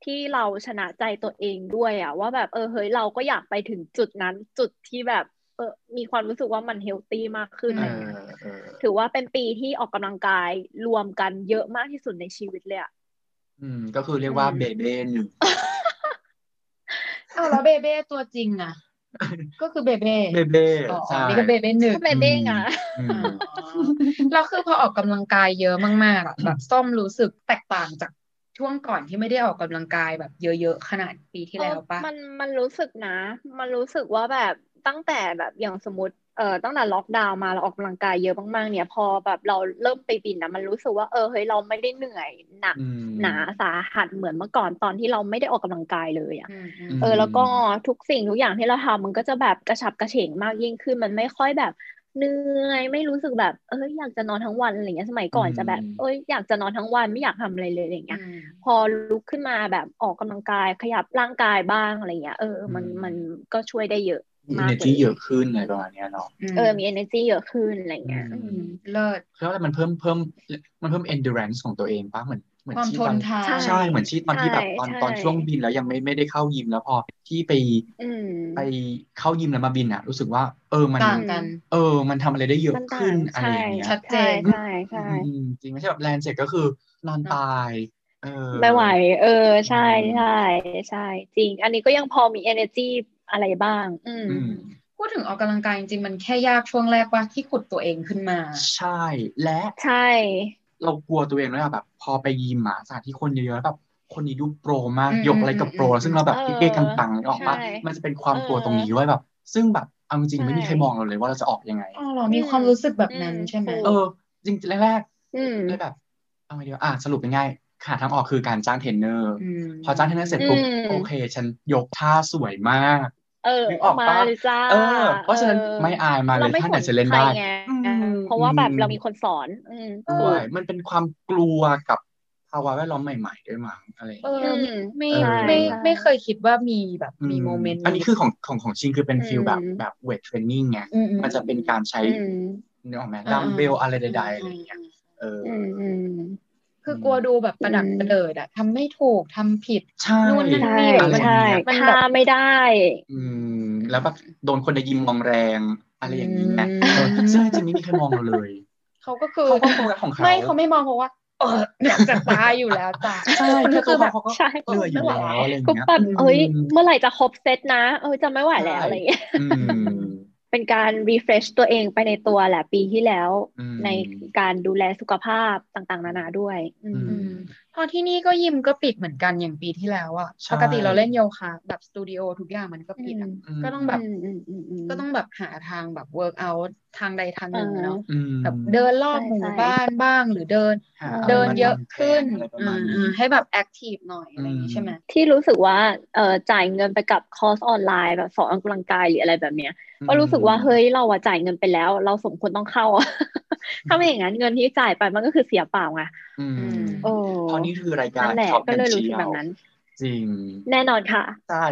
ที่เราชนะใจตัวเองด้วยอะว่าแบบ เออ เฮ้ย เราก็อยากไปถึงจุดนั้น จุดที่แบบ เออ มีความรู้สึกว่ามันเฮลตี้มากขึ้น เอ อะไร อ เงี้ย เออ ถือว่าเป็นปีที่ออกกำลังกายรวมกันเยอะมากที่สุดในชีวิตเลยอะ อืม ก็คือเรียกว่า อืม เบเบ้หนึ่ง เอาแล้วเบเบ้ตัวจริงอ่ะ ก็คือเบเบ้ เบเบ้ อ๋อ ใช่ นี่ก็เบเบ้หนึ่ง ก็เบเบ้ไง อืม เราคือพอออกกำลังกายเยอะมากๆ *coughs* อะแบบส้มรู้สึกแตกต่างจากช่วงก่อนที่ไม่ได้ออกกำลังกายแบบเยอะๆขนาดปีที่แล้วปะ เออมันมันรู้สึกนะ มันรู้สึกว่าแบบตั้งแต่แบบอย่างสมมติเอ่อตั้งแต่ล็อกดาวน์มาเราออกกำลังกายเยอะมากๆเนี่ยพอแบบเราเริ่มไปบินนะมันรู้สึกว่าเออเฮ้ยเราไม่ได้เหนื่อยหนัก อืม หนาสาหัสเหมือนเมื่อก่อนตอนที่เราไม่ได้ออกกำลังกายเลยอ่ะ อืม ม เออแล้วก็ทุกสิ่งทุกอย่างที่เราทำมันก็จะแบบกระฉับกระเฉงมากยิ่งขึ้น มันไม่ค่อยแบบเหนื่อยไม่รู้สึกแบบเอ้ยอยากจะนอนทั้งวันอะไรเงี้ยสมัยก่อนจะแบบ อืม เอ้ยอยากจะนอนทั้งวันไม่อยากทำอะไรเลยอะไรเงี้ย อืม พอลุกขึ้นมาแบบออกกำลังกายขยับร่างกายบ้างอะไรเงี้ยเออมัน อืม มันก็ช่วยได้เยอะ มี มาก เน เล จี ย เยอะขึ้นอะไรประมาณเนี้ยเนาะ เออมี energy เยอะขึ้นอะไรเงี้ย อืม อืม เลิศ เพราะว่ามันเพิ่มเพิ่มมันเพิ่ม endurance ของตัวเองปะเหมือนเหมือน ความ ที่ ท ตอน น ทาน ใช่เหมือนที่ตอนที่แบบตอน ใช่ ตอน ใช่ ช่วงบินแล้วยังไม่ไม่ได้เข้ายิมแล้วพอที่ไป อืม ไปเข้ายิมแล้วมาบินอ่ะ รู้สึกว่า เออมัน ต่างกัน เออ มันทำอะไรได้เยอะ มันต่าง ขึ้นอะไรอย่างเงี้ย ชัดเจน ใช่ใช่ อืมอืมจริงไม่ใช่แบบแลนเสร็จก็คือนอนตาย เออ ไม่ไหว เออใช่ อืม ใช่ใช่จริง อันนี้ก็ยังพอมี energy อะไรบ้าง อืม อืม พูดถึงออกกำลังกายจริงๆมันแค่ยากช่วงแรกว่าที่ขุดตัวเองขึ้นมา ใช่ และ ใช่ เรากลัวตัวเองด้วยอะแบบ พอไปยิมอะสถานที่คนเยอะๆแล้วแบบคนนี้ดูโปรมาก อืม ยกอะไรกับโปร อืม ซึ่งเราแบบ เออ เก๊กๆกังๆนึกออกปะ ใช่ มันจะเป็นความ เออก ลัวตรงนี้ด้วยแบบ ซึ่งแบบเอาจริง ใช่ ๆไม่มีใครมองเราเลยว่าเราจะออกยังไง อ๋อเหรอมีความรู้สึกแบบนั้น อืม ใช่ไหม ถูก เออ จริงๆแรก อืม ๆเลยแบบเอาไงดีวะอ่ะสรุปง่ายๆค่ะทางออกคือการจ้างเทรนเนอร์ ม พอจ้างเทรนเนอร์เสร็จปุ๊บ อืม โอเค ฉันยกท่าสวยมาก เออ นึกออกปะ มาเลยจ้า เออ เพราะฉะนั้น ออ ไม่อายมาเลย เราไม่ ท่าน ส ไหน น จะเล่น ใคร ได้ ไง อืม เพราะว่าแบบเรามีคนสอน อืม ด้วยมันเป็นความกลัวกับภาวะแวดล้อมใหม่ๆด้วยมั้งอะไรอย่าง เอ เงี้ย ออ ม ไม่ ใช่ ไม่ ใช่ ไม่เคยคิดว่ามีแบบมีโมเมนต์ อันนี้คือของของของชิงคือเป็นฟิลแบบ อืม แบบเวทเทรนนิ่งไง มอื มันจะเป็นการใช้ อืม เนื้อออกไหม อ่า ดัมเบลอะไรใดๆอะไรอย่างเงี้ย อืม เอออ อืมอืม คือกลัวดูแบบประดับประเดิดอะทำไม่ถูกทำผิด ใช่ นู่นนั่น ใช่ นี่ อะไรอย่า ใช่ งเงี้ย มันแบบ ฆ่าไม่ได้ อืม แล้วแบบโดนคนในยิมมองแรงอะไรอย่างเงี้ย อืม ซึ่งจริงๆไม่มีใครมองเราเลย เขาก็คือ เขาก็โฟกัสของเขา ไม่เขาไม่มองเพราะว่า เอออยากจะตายอยู่แล้วจ้ะ *laughs* ใช่ คน แค่ นี้ ตั คื ว อแบ เขา บ เขาก็ ใช่ เหนื่อยอยู่แล้วอะไรอย่าง ก็ เงี้ย แบบ ม เอ้ย เมื่อไหร่จะครบเซตนะ เออจะไม่ไหวแล้ว ใช่ อะไรอย่างเงี้ย อืม เป็นการ refresh ตัวเองไปในตัวแหละปีที่แล้ว อืม ในการดูแลสุขภาพต่างๆ นานาด้วย อืม อืม อืม พอที่นี่ก็ยิมก็ปิดเหมือนกันอย่างปีที่แล้วอะ ใช่ ปกติเราเล่นโยคะแบบสตูดิโอทุกอย่างมันก็ปิดอะ ม ก็ต้องแบบ อืมอืมอืมอืม ก็ต้องแบบหาทางแบบเวิร์กอัทางใดทางหนึ่งอะเนาะ อืม แบบเดินรอบหมู่ ใช่ใช่ บ้านบ้างหรือเดิน หาอะไร เดิน มา เยอะ ทำแท ขึ้น อะไรประมาณอ่า นี้ ๆให้แบบแอคทีฟหน่อยอะไรอย่างงี้ใช่ไหม ที่รู้สึกว่าเออจ่ายเงินไปกับคอร์สออนไลน์แบบสอนออกกำลังกายหรืออะไรแบบเนี้ย ก็รู้สึกว่าเฮ้ยเราอะจ่ายเงินไปแล้ว เราสมควรต้องเข้าอะ *laughs* ถ้าไม่อย่างนั้นเงินที่จ่ายไปมันก็คือเสียเปล่าไง อื อื ม ม โอ้ เพราะนี่คือรายการ นั่นแหละ ช็อป ก็เลยรู้สึก กั แบบ น นั้น จริง แน่นอนค่ะ ใช่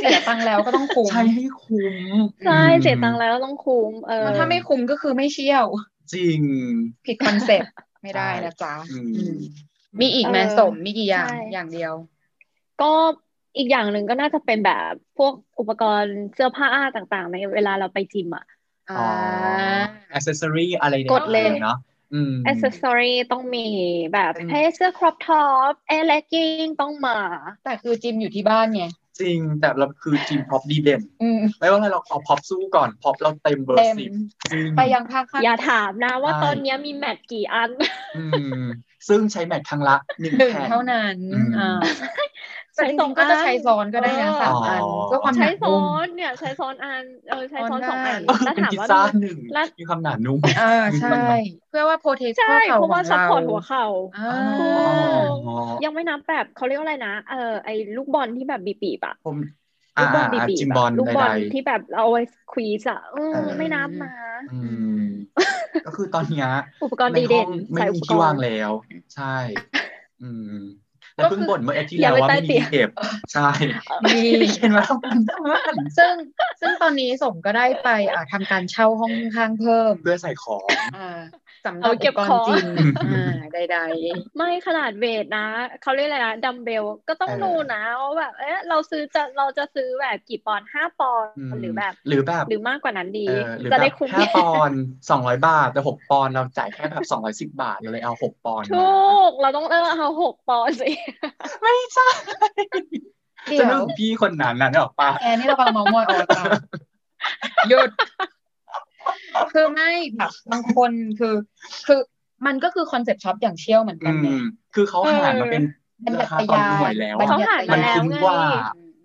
เสียตังค์แล้วก็ต้องคุ้ม ใช้ให้คุ้ม ใช่ อืม เสียตังค์แล้วต้องคุ้มเอ เพ อ ราะถ้าไม่คุ้มก็คือไม่เชี่ยว จริง ผิดคอนเซ็ปต์ *laughs* ไม่ได้นะจ๊ะ อืม อืมมีอีกไหม เ สมมีกี่อย่าง ใช่ อย่างเดียว ก็อีกอย่างหนึ่งก็น่าจะเป็นแบบพวกอุปกรณ์เสื้อผ้าต่างๆ ในเวลาเราไปจิมอะ อ่า อ๋อ accessory อะไรนี่ กดเลย เนาะอืม อ c เซสซอรี่ต้องมีแบบ อืม เอ้ยเสื้อครอปท็อปเอ้ยเลกกิ้งต้องมา แต่คือจิมอยู่ที่บ้านไง จริง แต่เราคือทีมพร็อพดีเด่น อืม ไม่ว่าอะไรเราเอาพร็อพสู้ก่อนพร็อพเราเต็มเบอ เต็ ร์ ม สิบจริง ไปยังภาคข้าง อย่าถามนะว่า ใช่ ตอนเนี้ยมีแมทกี่อัน อืมซึ่งใช้แมทครั้งละหนึ่ง หนึ่ง แผ่น เท่านั้น อืม อ่า ใช้ แต่จ สอ ริ ง งๆก็จะใช้ อัน ซ้อนก็ได้นะ เออ สามอันก็ความห ใช้ นัก ซ้อ นุ่ม นเนี่ยใช้ซ้อนอันเออใช้ซ้อน ซ้ ส อ อนง ได้ อันแล้เออว เป็น ถาม พิซ ว่า ซ่าหนึ่ง แล้ว มีความหนานุ่ม อ่าใช่ มันแบบ เพื่อว่าโปรเทค ใช่ ข้อเข่า เพขอราะว่าง ซัพ เรา พอร์ตหัวเข่า อ่า ถูก ยังไม่นับแบบเขาเรียกว่าอะไรนะเออไอ้ลูกบอลที่แบบบีบๆอะ ผม ลูกบอล อ่า บีบ จิม ๆ บอ อะ ล ลูกบอล ใดๆ ที่แบบเอาไว้ควีสอะเออ เออ ไม่นับนะ อืม ก็คือตอนเนี้ย อุปกรณ์ ใน ดี ห้ เด่ อง น ไม่ ใช้อุ มี ปก ที่วาง รณ์ แล้ว ใช่ อืมแล้ว ก็คือ เพิ่งบ่นเมื่ออาทิตอย์ที่ ย่า แล้ว ไป ว่า ใต้ ไม่มี เตียง เก็บ ใช่ มี ที่เขียนมาทำการบ้าน ซึ่งซึ่งตอนนี้สมก็ได้ไปอ่าทำการเช่าห้องข้างๆเพิ่ม เพื่อใส่ของ อ่าสำหรั เอา บ เก็บ อุปรณ์ ของ จริง อืม อ่าใด ไม่ขนาดเวทนะเขาเรียกอะไรนะดัมเบลก็ต้อง เออ ดูนะว่าแบบเอ๊ะเราซื้อจะเราจะซื้อแบบกี่ปอนด์ห้าปอนด์ อืม หรือแบบ หรือแบบ หรือมากกว่านั้นดี เออหรือ จะ แบ ได้ บ คุ้ม ห้าปอนด์สองร้อยบาท แต่หกปอนด์เราจ่ายแค่แบบสองร้อยสิบบาทเราเลยเอาหกปอนด์ ถู มาก เราต้องเออเอาหกปอนด์สิ ไม่ใช่ ๆเดี๋ จะ ย เรื่ ว องพี่คนนั้นน่ะเนกออกปะ แกนี่เรากำลังเมองมอยออกมาหยุด คือไม่แบบบางคนคือ คือมันก็คือคอนเซ็ปต์ช็อปอย่างเชี่ยวเหมือนกั อื นไง ม คือเขาหารมาเป็น เป็น ราคาตอนหวยแล้ว บรร อะ ยาย เขาหารมาแล้ว มันคุ้มกว่า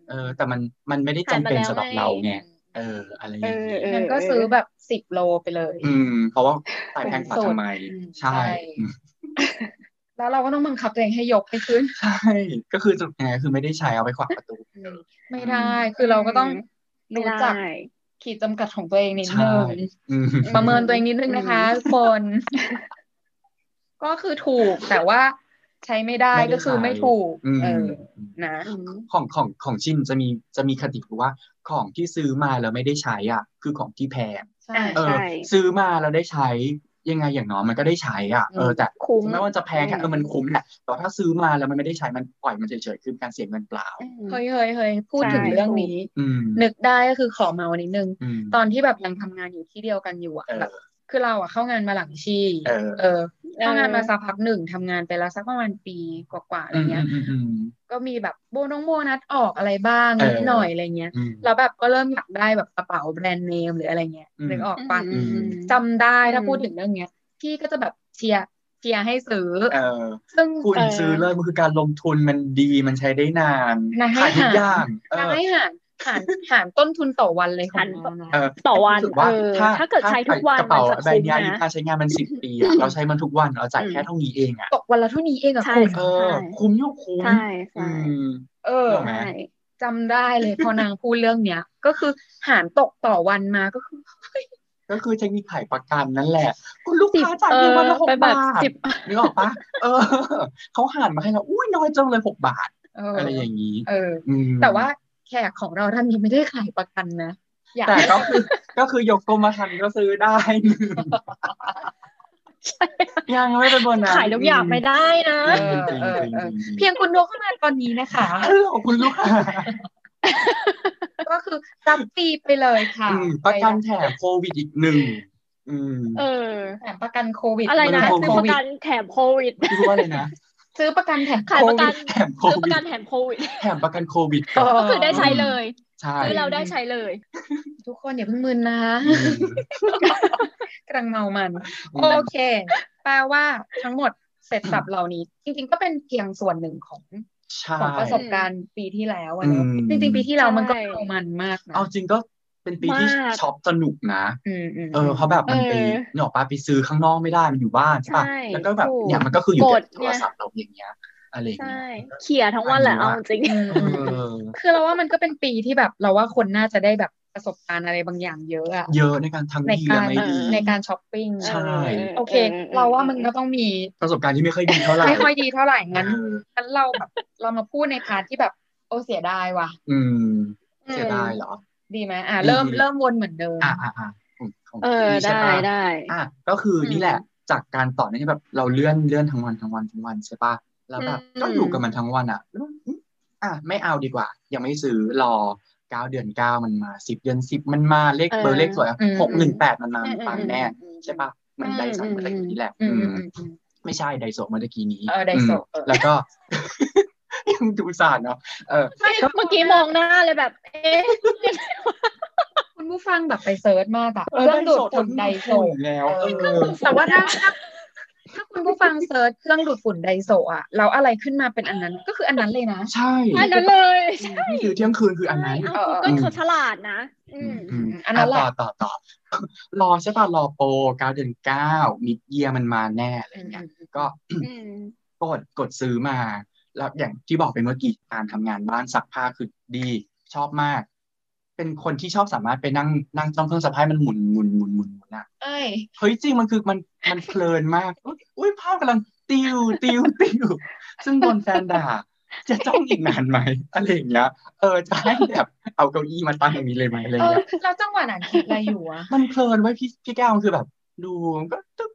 เออ แต่มันมันไม่ได้จำเป็นสำหรับเราไงเออ อะไรอย่างเงี้ย เออ งั้นก็ซื้อแบบสิบโลไปเลย อืม เพราะว่าจ่ายแพงกว่าทำไม อืม ใช่ ใช่ แล้วเราก็ต้องบังคับตัวเองให้ยกไปขึ้น ใช่ก็คือจุดไงคือไม่ได้ใช้เอาไปขวางประตู ไม่ได้ คือเราก็ต้อง ไม่ รู้ ได้ จักขีดจำกัดของตัวเองนิดนึง ใช่ อืม ประเมินตัวเองนิดนึงนะคะทุกคน *laughs* ก็คือถูกแต่ว่าใช้ไม่ได้ ไม่ได้ ก็คือ ใช้ ไม่ถูก อืม เออ นะ ของของของชินจะมีจะมีคติว่าของที่ซื้อมาแล้วไม่ได้ใช้อ่ะ คือของที่แพง ใช่ เอ ใช่ อ ซื้อมาแล้วได้ใช้ยังไงอย่างน้อยมันก็ได้ใช้อ่ะ เออแต่ คุ้ม ไม่ว่าจะแพงแค่ อืม เออมันคุ้มแหละแต่ถ้าซื้อมาแล้วมันไม่ได้ใช้มันปล่อยมันเฉยๆคือการเสียเงินเปล่า อืม เฮ้ยเฮ้ยเฮ้ยพูดถึง ใช่ เรื่องนี้ อืม นึกได้ก็คือขอเมานิดนึง อืม ตอนที่แบบยังทำงานอยู่ที่เดียวกันอยู่อะ เออ แบบ คือเราอะเข้างานมาหลังชี เออ เออ เข้างานมาสักพักหนึ่งทำงานไปแล้วสักประมาณปีกว่าๆอะไร อืม เงี้ย อืมอืม ก็มีแบบโบน้องโบนัสออกอะไรบ้างนิด เออ หน่อยอะไรเงี้ย อืม แล้วแบบก็เริ่มอยากได้แบบกระเป๋าแบรนด์เนมหรืออะไรเงี้ย อืม นึกออกปะ อืมอืม จำได้ถ้า อืม พูดถึงเรื่องเนี้ยพี่ก็จะแบบเชียร์เชียร์ให้ซื้อ เออ ซึ่ง คุณ เออ ซื้อเลยมันคือการลงทุนมันดีมันใช้ได้นาน นายให้ ขายทุก หา อย่างเอ ทาง อ ให้หารหารหารต้นทุนต่อวันเลยของเรานะ เออ ต่อวัน รู้สึกว่า เออ ถ้า ถ้าเกิดใช้ทุกวัน กระเป๋า มันจะ แบรนด์เนี้ย คุ้มนะ อายุการใช้งานมันสิบปีอะเราใช้มันทุกวันเราจ่ายแค่เท่านี้เองอ่ะ ตกวันละเท่านี้เองอะ ใช่ คุณ เออ คุ้มอยุ่คุ้ม ใช่ใช่ อืม เออ ใช่ ใช่ จำได้เลยพอนางพูดเรื่องเนี้ย ก็คือหารตกต่อวันมาก็คือ ก็คือจะมีขายประกันนั่นแหละคุณลูกค้าจ่าย เอ เงินวัน อ ละหก ไปแบบบาท สิบ นึกออกปะเออ เขาหันมาให้เรา อุ้ยน้อยจังเลยหกบาท เออ อะไรอย่างนี้ เออ อืม แต่ว่าแขกของเราท่านนี้ไม่ได้ขายประกันนะ อยาก แต่ก็คือ ก็คือยกกรมธรรม์ก็ซื้อได้ยังไม่เป็นบนนั้น ขายทุกอย่างไม่ได้นะ จริงจริงจริง เพียงคุณดูเข้ามาตอนนี้นะคะ เออขอบคุณลูกค้า ก็คือรับฟรีไปเลยค่ะ อืมประกันแถมโควิดอีกหนึ่งอืม เออ แถมประกันโควิด อะไรนะ มั ซื้ เป็ อ โค ประ วิด กันแถมโควิด ไม่รู้ว่าอะไรนะ ซื้อประกันแถม ขายประกัน โควิด แถมโค ซื้อประวิด กันแถมโควิด แถมประกันโควิด ก็ ก็คือได้ใช้เลย ใช่ คือเราได้ใช้เลย ทุกคนอย่าเพิ่งมึนนะคะ อืม กำลังเมามัน โอเค แปลว่าทั้งหมด เสร็จสับเหล่านี้ จริง ๆ ก็เป็นเพียงส่วนหนึ่งของ ใช่ ของประสบการณ์ปีที่แล้วอะเนอะ อืม จริง ๆ ปีที่แล้วมันก็ ใช่ เมามันมากนะ เอาจริงก็เป็นปีที่ มาก ช็อปสนุกนะ อืมอืม เออเพราะแบบมันไป เออ เนกออกปะไปซื้อข้างนอกไม่ได้มันอยู่บ้านใช่ปะ ใช่ แล้วก็แบบ ถูก เนี่ยมันก็คืออยู่ ก กั ด บ เนี่ย โทรศัพท์เราอย่างเงี้ยอะไรอย่าง ใช่ เงี้ย เขี่ยทั้งวันแหละเอาจริง อืม เอ อืมอืม อ คือเราว่ามันก็เป็นปีที่แบบเราว่าคนน่าจะได้แบบประสบการณ์อะไรบางอย่างเยอะอะ เยอะในการทั้ง ใน ดี กา และ ร ไม่ดี เออ ในการช้อปปิ้งอะ ใช่ โอเค เราว่ามันก็ต้องมี ประสบการณ์ที่ไม่ค่อยดีเท่าไหร่ ไม่ค่อยดีเท่าไหร่งั้น เออ งั้นเราแบบเรามาพูดในพาร์ทที่แบบโอ้เสียดายว่ะ อืม เสียดายเหรอ มดีไหมอ่ะ ดี เริ่มเริ่มวนเหมือนเดิม อ่าอ่าอ่าของของ เออ พี่ใช่ ได้ ปะ ได้ อ่ะก็คืออ ม นี่แหละ จากการต่อเนี่ยแบบเราเลื่อนเลื่อนทั้งวันทั้งวันทั้งวันใช่ปะแล้วแบบ อืม ก็อยู่กับมันทั้งวันอ่ะแล้วอืมอ่ะไม่เอาดีกว่า ยังไม่ซื้อรอเก้าเดือนเก้ามันมาสิบเดือนสิบมันมาเลข เออ เบอร์เลขสวยอะ อืม หกหนึ่งแปดมันมา อืม ปังแน่ใช่ปะมัน อืม ไดสันอะไรอย่างนี้แหละ อืม อื อื ม มอืม ไม่ใช่ไดโซะเมื่อตะกี้นี้ เออไดโซะ ม เออ แล้วก็ *laughs* ยังดูสารเนาะเออ ไม่ เมื่อกี้มองหน้าเลยแบบ เอ๊ะ คุณผู้ฟังแบบไปเซิร์ชมากอะ เออ เครื่องดูดฝุ่นได ได โซ โซะทั้งแล้วเออ แต่ว่าถ้าถ้าถ้าคุณผู้ฟังเซิร์ชเครื่องดูดฝุ่นไดโซอะแล้วอะไรขึ้นมาเป็นอันนั้นก็คืออันนั้นเลยนะ ใช่ อันนั้นเลยใช่ ที่คือเที่ยงคืนคืออันนั้น เอากูเกิลเขาฉลาดนะ อืม อืม อันนั้นแหละ ต่อต่อต่อ *laughs* รอใช่ป่ะรอโปรเก้าเดือนเก้ามิดเยียมันมาแน่อะไรเงี้ยก็ อืม กดกดซื้อมา แล้วอย่างที่บอกไปเมื่อกี้การทำงานบ้านซักผ้าคือดี ชอบมาก เป็นคนที่ชอบสามารถไปนั่งนั่งจ้องเครื่องซักผ้าให้มันหมุนหมุนหมุนหมุนหมุนอะ เอ้ย เฮ้ยจริงมันคือมันมันเพลินมากอุ๊ยอุ้ยภาพกำลังติวติวติวซึ่งโดนแฟนด่า จะจ้องอีกนานไหมอะไรอย่างเงี้ยเออจะให้แบบเอาเก้าอี้มาตั้งตรงนี้เลยไหมอะไรอ เอย่าง อ เงี้ย แล้วจังหวะนั้นคิดอะไรอยู่อะ มันเพลินไว้ยพี่พี่แก้วมันคือแบบ ดูมันก็ตึ๊ก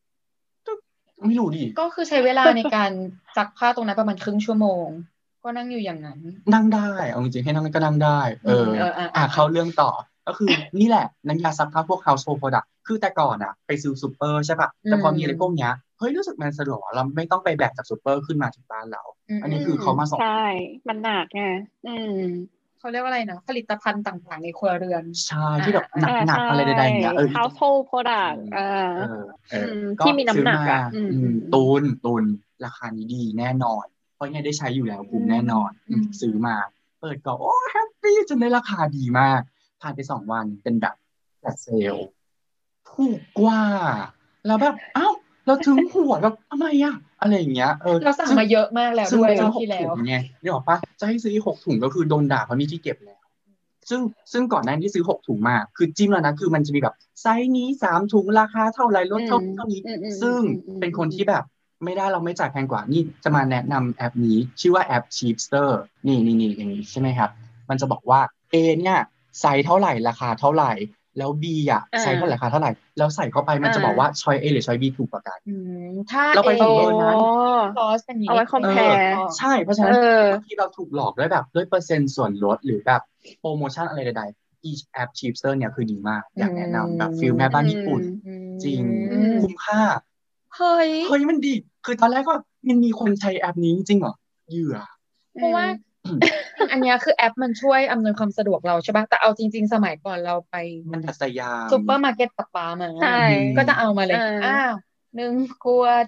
ตึ๊กไม่รู้ดิ ก็คือใช้เวลาในการซักผ้าตรงนั้นประมาณครึ่งชั่วโมง ก็นั่งอยู่อย่างนั้น นั่งได้เอาจริงๆให้นั่งก็นั่งได้ เออ เอออ่ะ อ่ะเข้าเรื่องต่อก็คือนี่แหละน้ำยาซักผ้าพวก household product คือแต่ก่อนอ่ะ ไปซื้อซูเปอร์ใช่ป่ะแต่พอมีอะไรพวกเนี้ยเฮ้ยรู้สึกมันสะดวกอะเราไม่ต้องไปแบกจากซูเปอร์ขึ้นมาถึงบ้านเรา อันนี้คือเขามาส่ง ใช่ มันหนักไง อืม เขาเรียกว่าอะไรนะผลิตภัณฑ์ต่างๆ ในครัวเรือน ใช่ที่แบบ อ่า หนักๆอะไรใดๆอย่างเงี้ยเออ household product อืม เอ่อ เออเออ ม ก็ ที่มีน้ำหนักอะ ซื้อมา อืม ตูนตูนราคานี้ดีแน่นอน เพราะยังไงได้ใช้อยู่แล้วคุ้มแน่นอน อืม อืมซื้อมา เปิดก็โอ้แฮปปี้จนได้ราคาดีมากผ่านไปสองวันเป็นแบบจัดเซลล์ถูกกว่า แล้วแบบเอ้าเราถึงหัวแบบทำไมอะอะไรอย่างเงี้ยเออ เราสั่งมาเยอะมากแล้ว ซึ่ง ด้วย เป็น รอบ หก ที่แล้ว ถุงไงนี่บอกปะจะให้ซื้อหกถุงก็คือโดนด่าเพราะมีที่เก็บแล้ว ซึ่งซึ่งก่อนหน้านี้ที่ซื้อหกถุงมา คือจิ้มแล้วนะ คือมันจะมีแบบไซส์นี้สามถุงราคาเท่าไรลดเท่าเท่านี้ อืมอืม ซึ่ง อืม เป็นคนที่แบบไม่ได้เราไม่จ่ายแพงกว่า นี่จะมาแนะนำแอปนี้ชื่อว่าแอป Cheapster นี่นี่นี่อย่างนี้ใช่ไหมครับ มันจะบอกว่า A เนี่ยไซส์เท่าไหร่ราคาเท่าไหร่ แล้ว B อ่ะ อ่า ไซส์เท่าไหร่ราคาเท่าไหร่ แล้วใส่เข้าไปมันจะ อ่า บอกว่าช้อยเหรือช้อยถูกกว่ากัน อืมถ้า เราไป เอ ถึง โอ้ เบอร์นั้น ซอสเป็นย่งนี้ เอาไว้ compare เออ ใช่เพราะฉะนั้น เออ บางทีเราถูกหลอกด้วยแบบด้วยเปอร์เซ็นต์ส่วนลดหรือแบบโปรโมชั่นอะไรใดๆ each app cheapster เนี่ยคือดีมาก อยากแนะนำแบบฟิลแม่บ้านญี่ปุ่น อืม จริง อืม คุ้มค่า เฮ้ย เฮ้ยมันดี คือตอนแรกก็มันมีคนใช้แอปนี้จริงเหรอเหยื่อ เพราะว่าอันเนี้ยคือแอปมันช่วยอำนวยความสะดวกเราใช่ปะแต่เอาจริง ๆ สมัยก่อนเราไป มันดัดสยาม ซูเปอร์มาร์เก็ตปะปามา ใช่ ก็จะเอามาเลย เอออ้ อ้าวหนึ่งขวด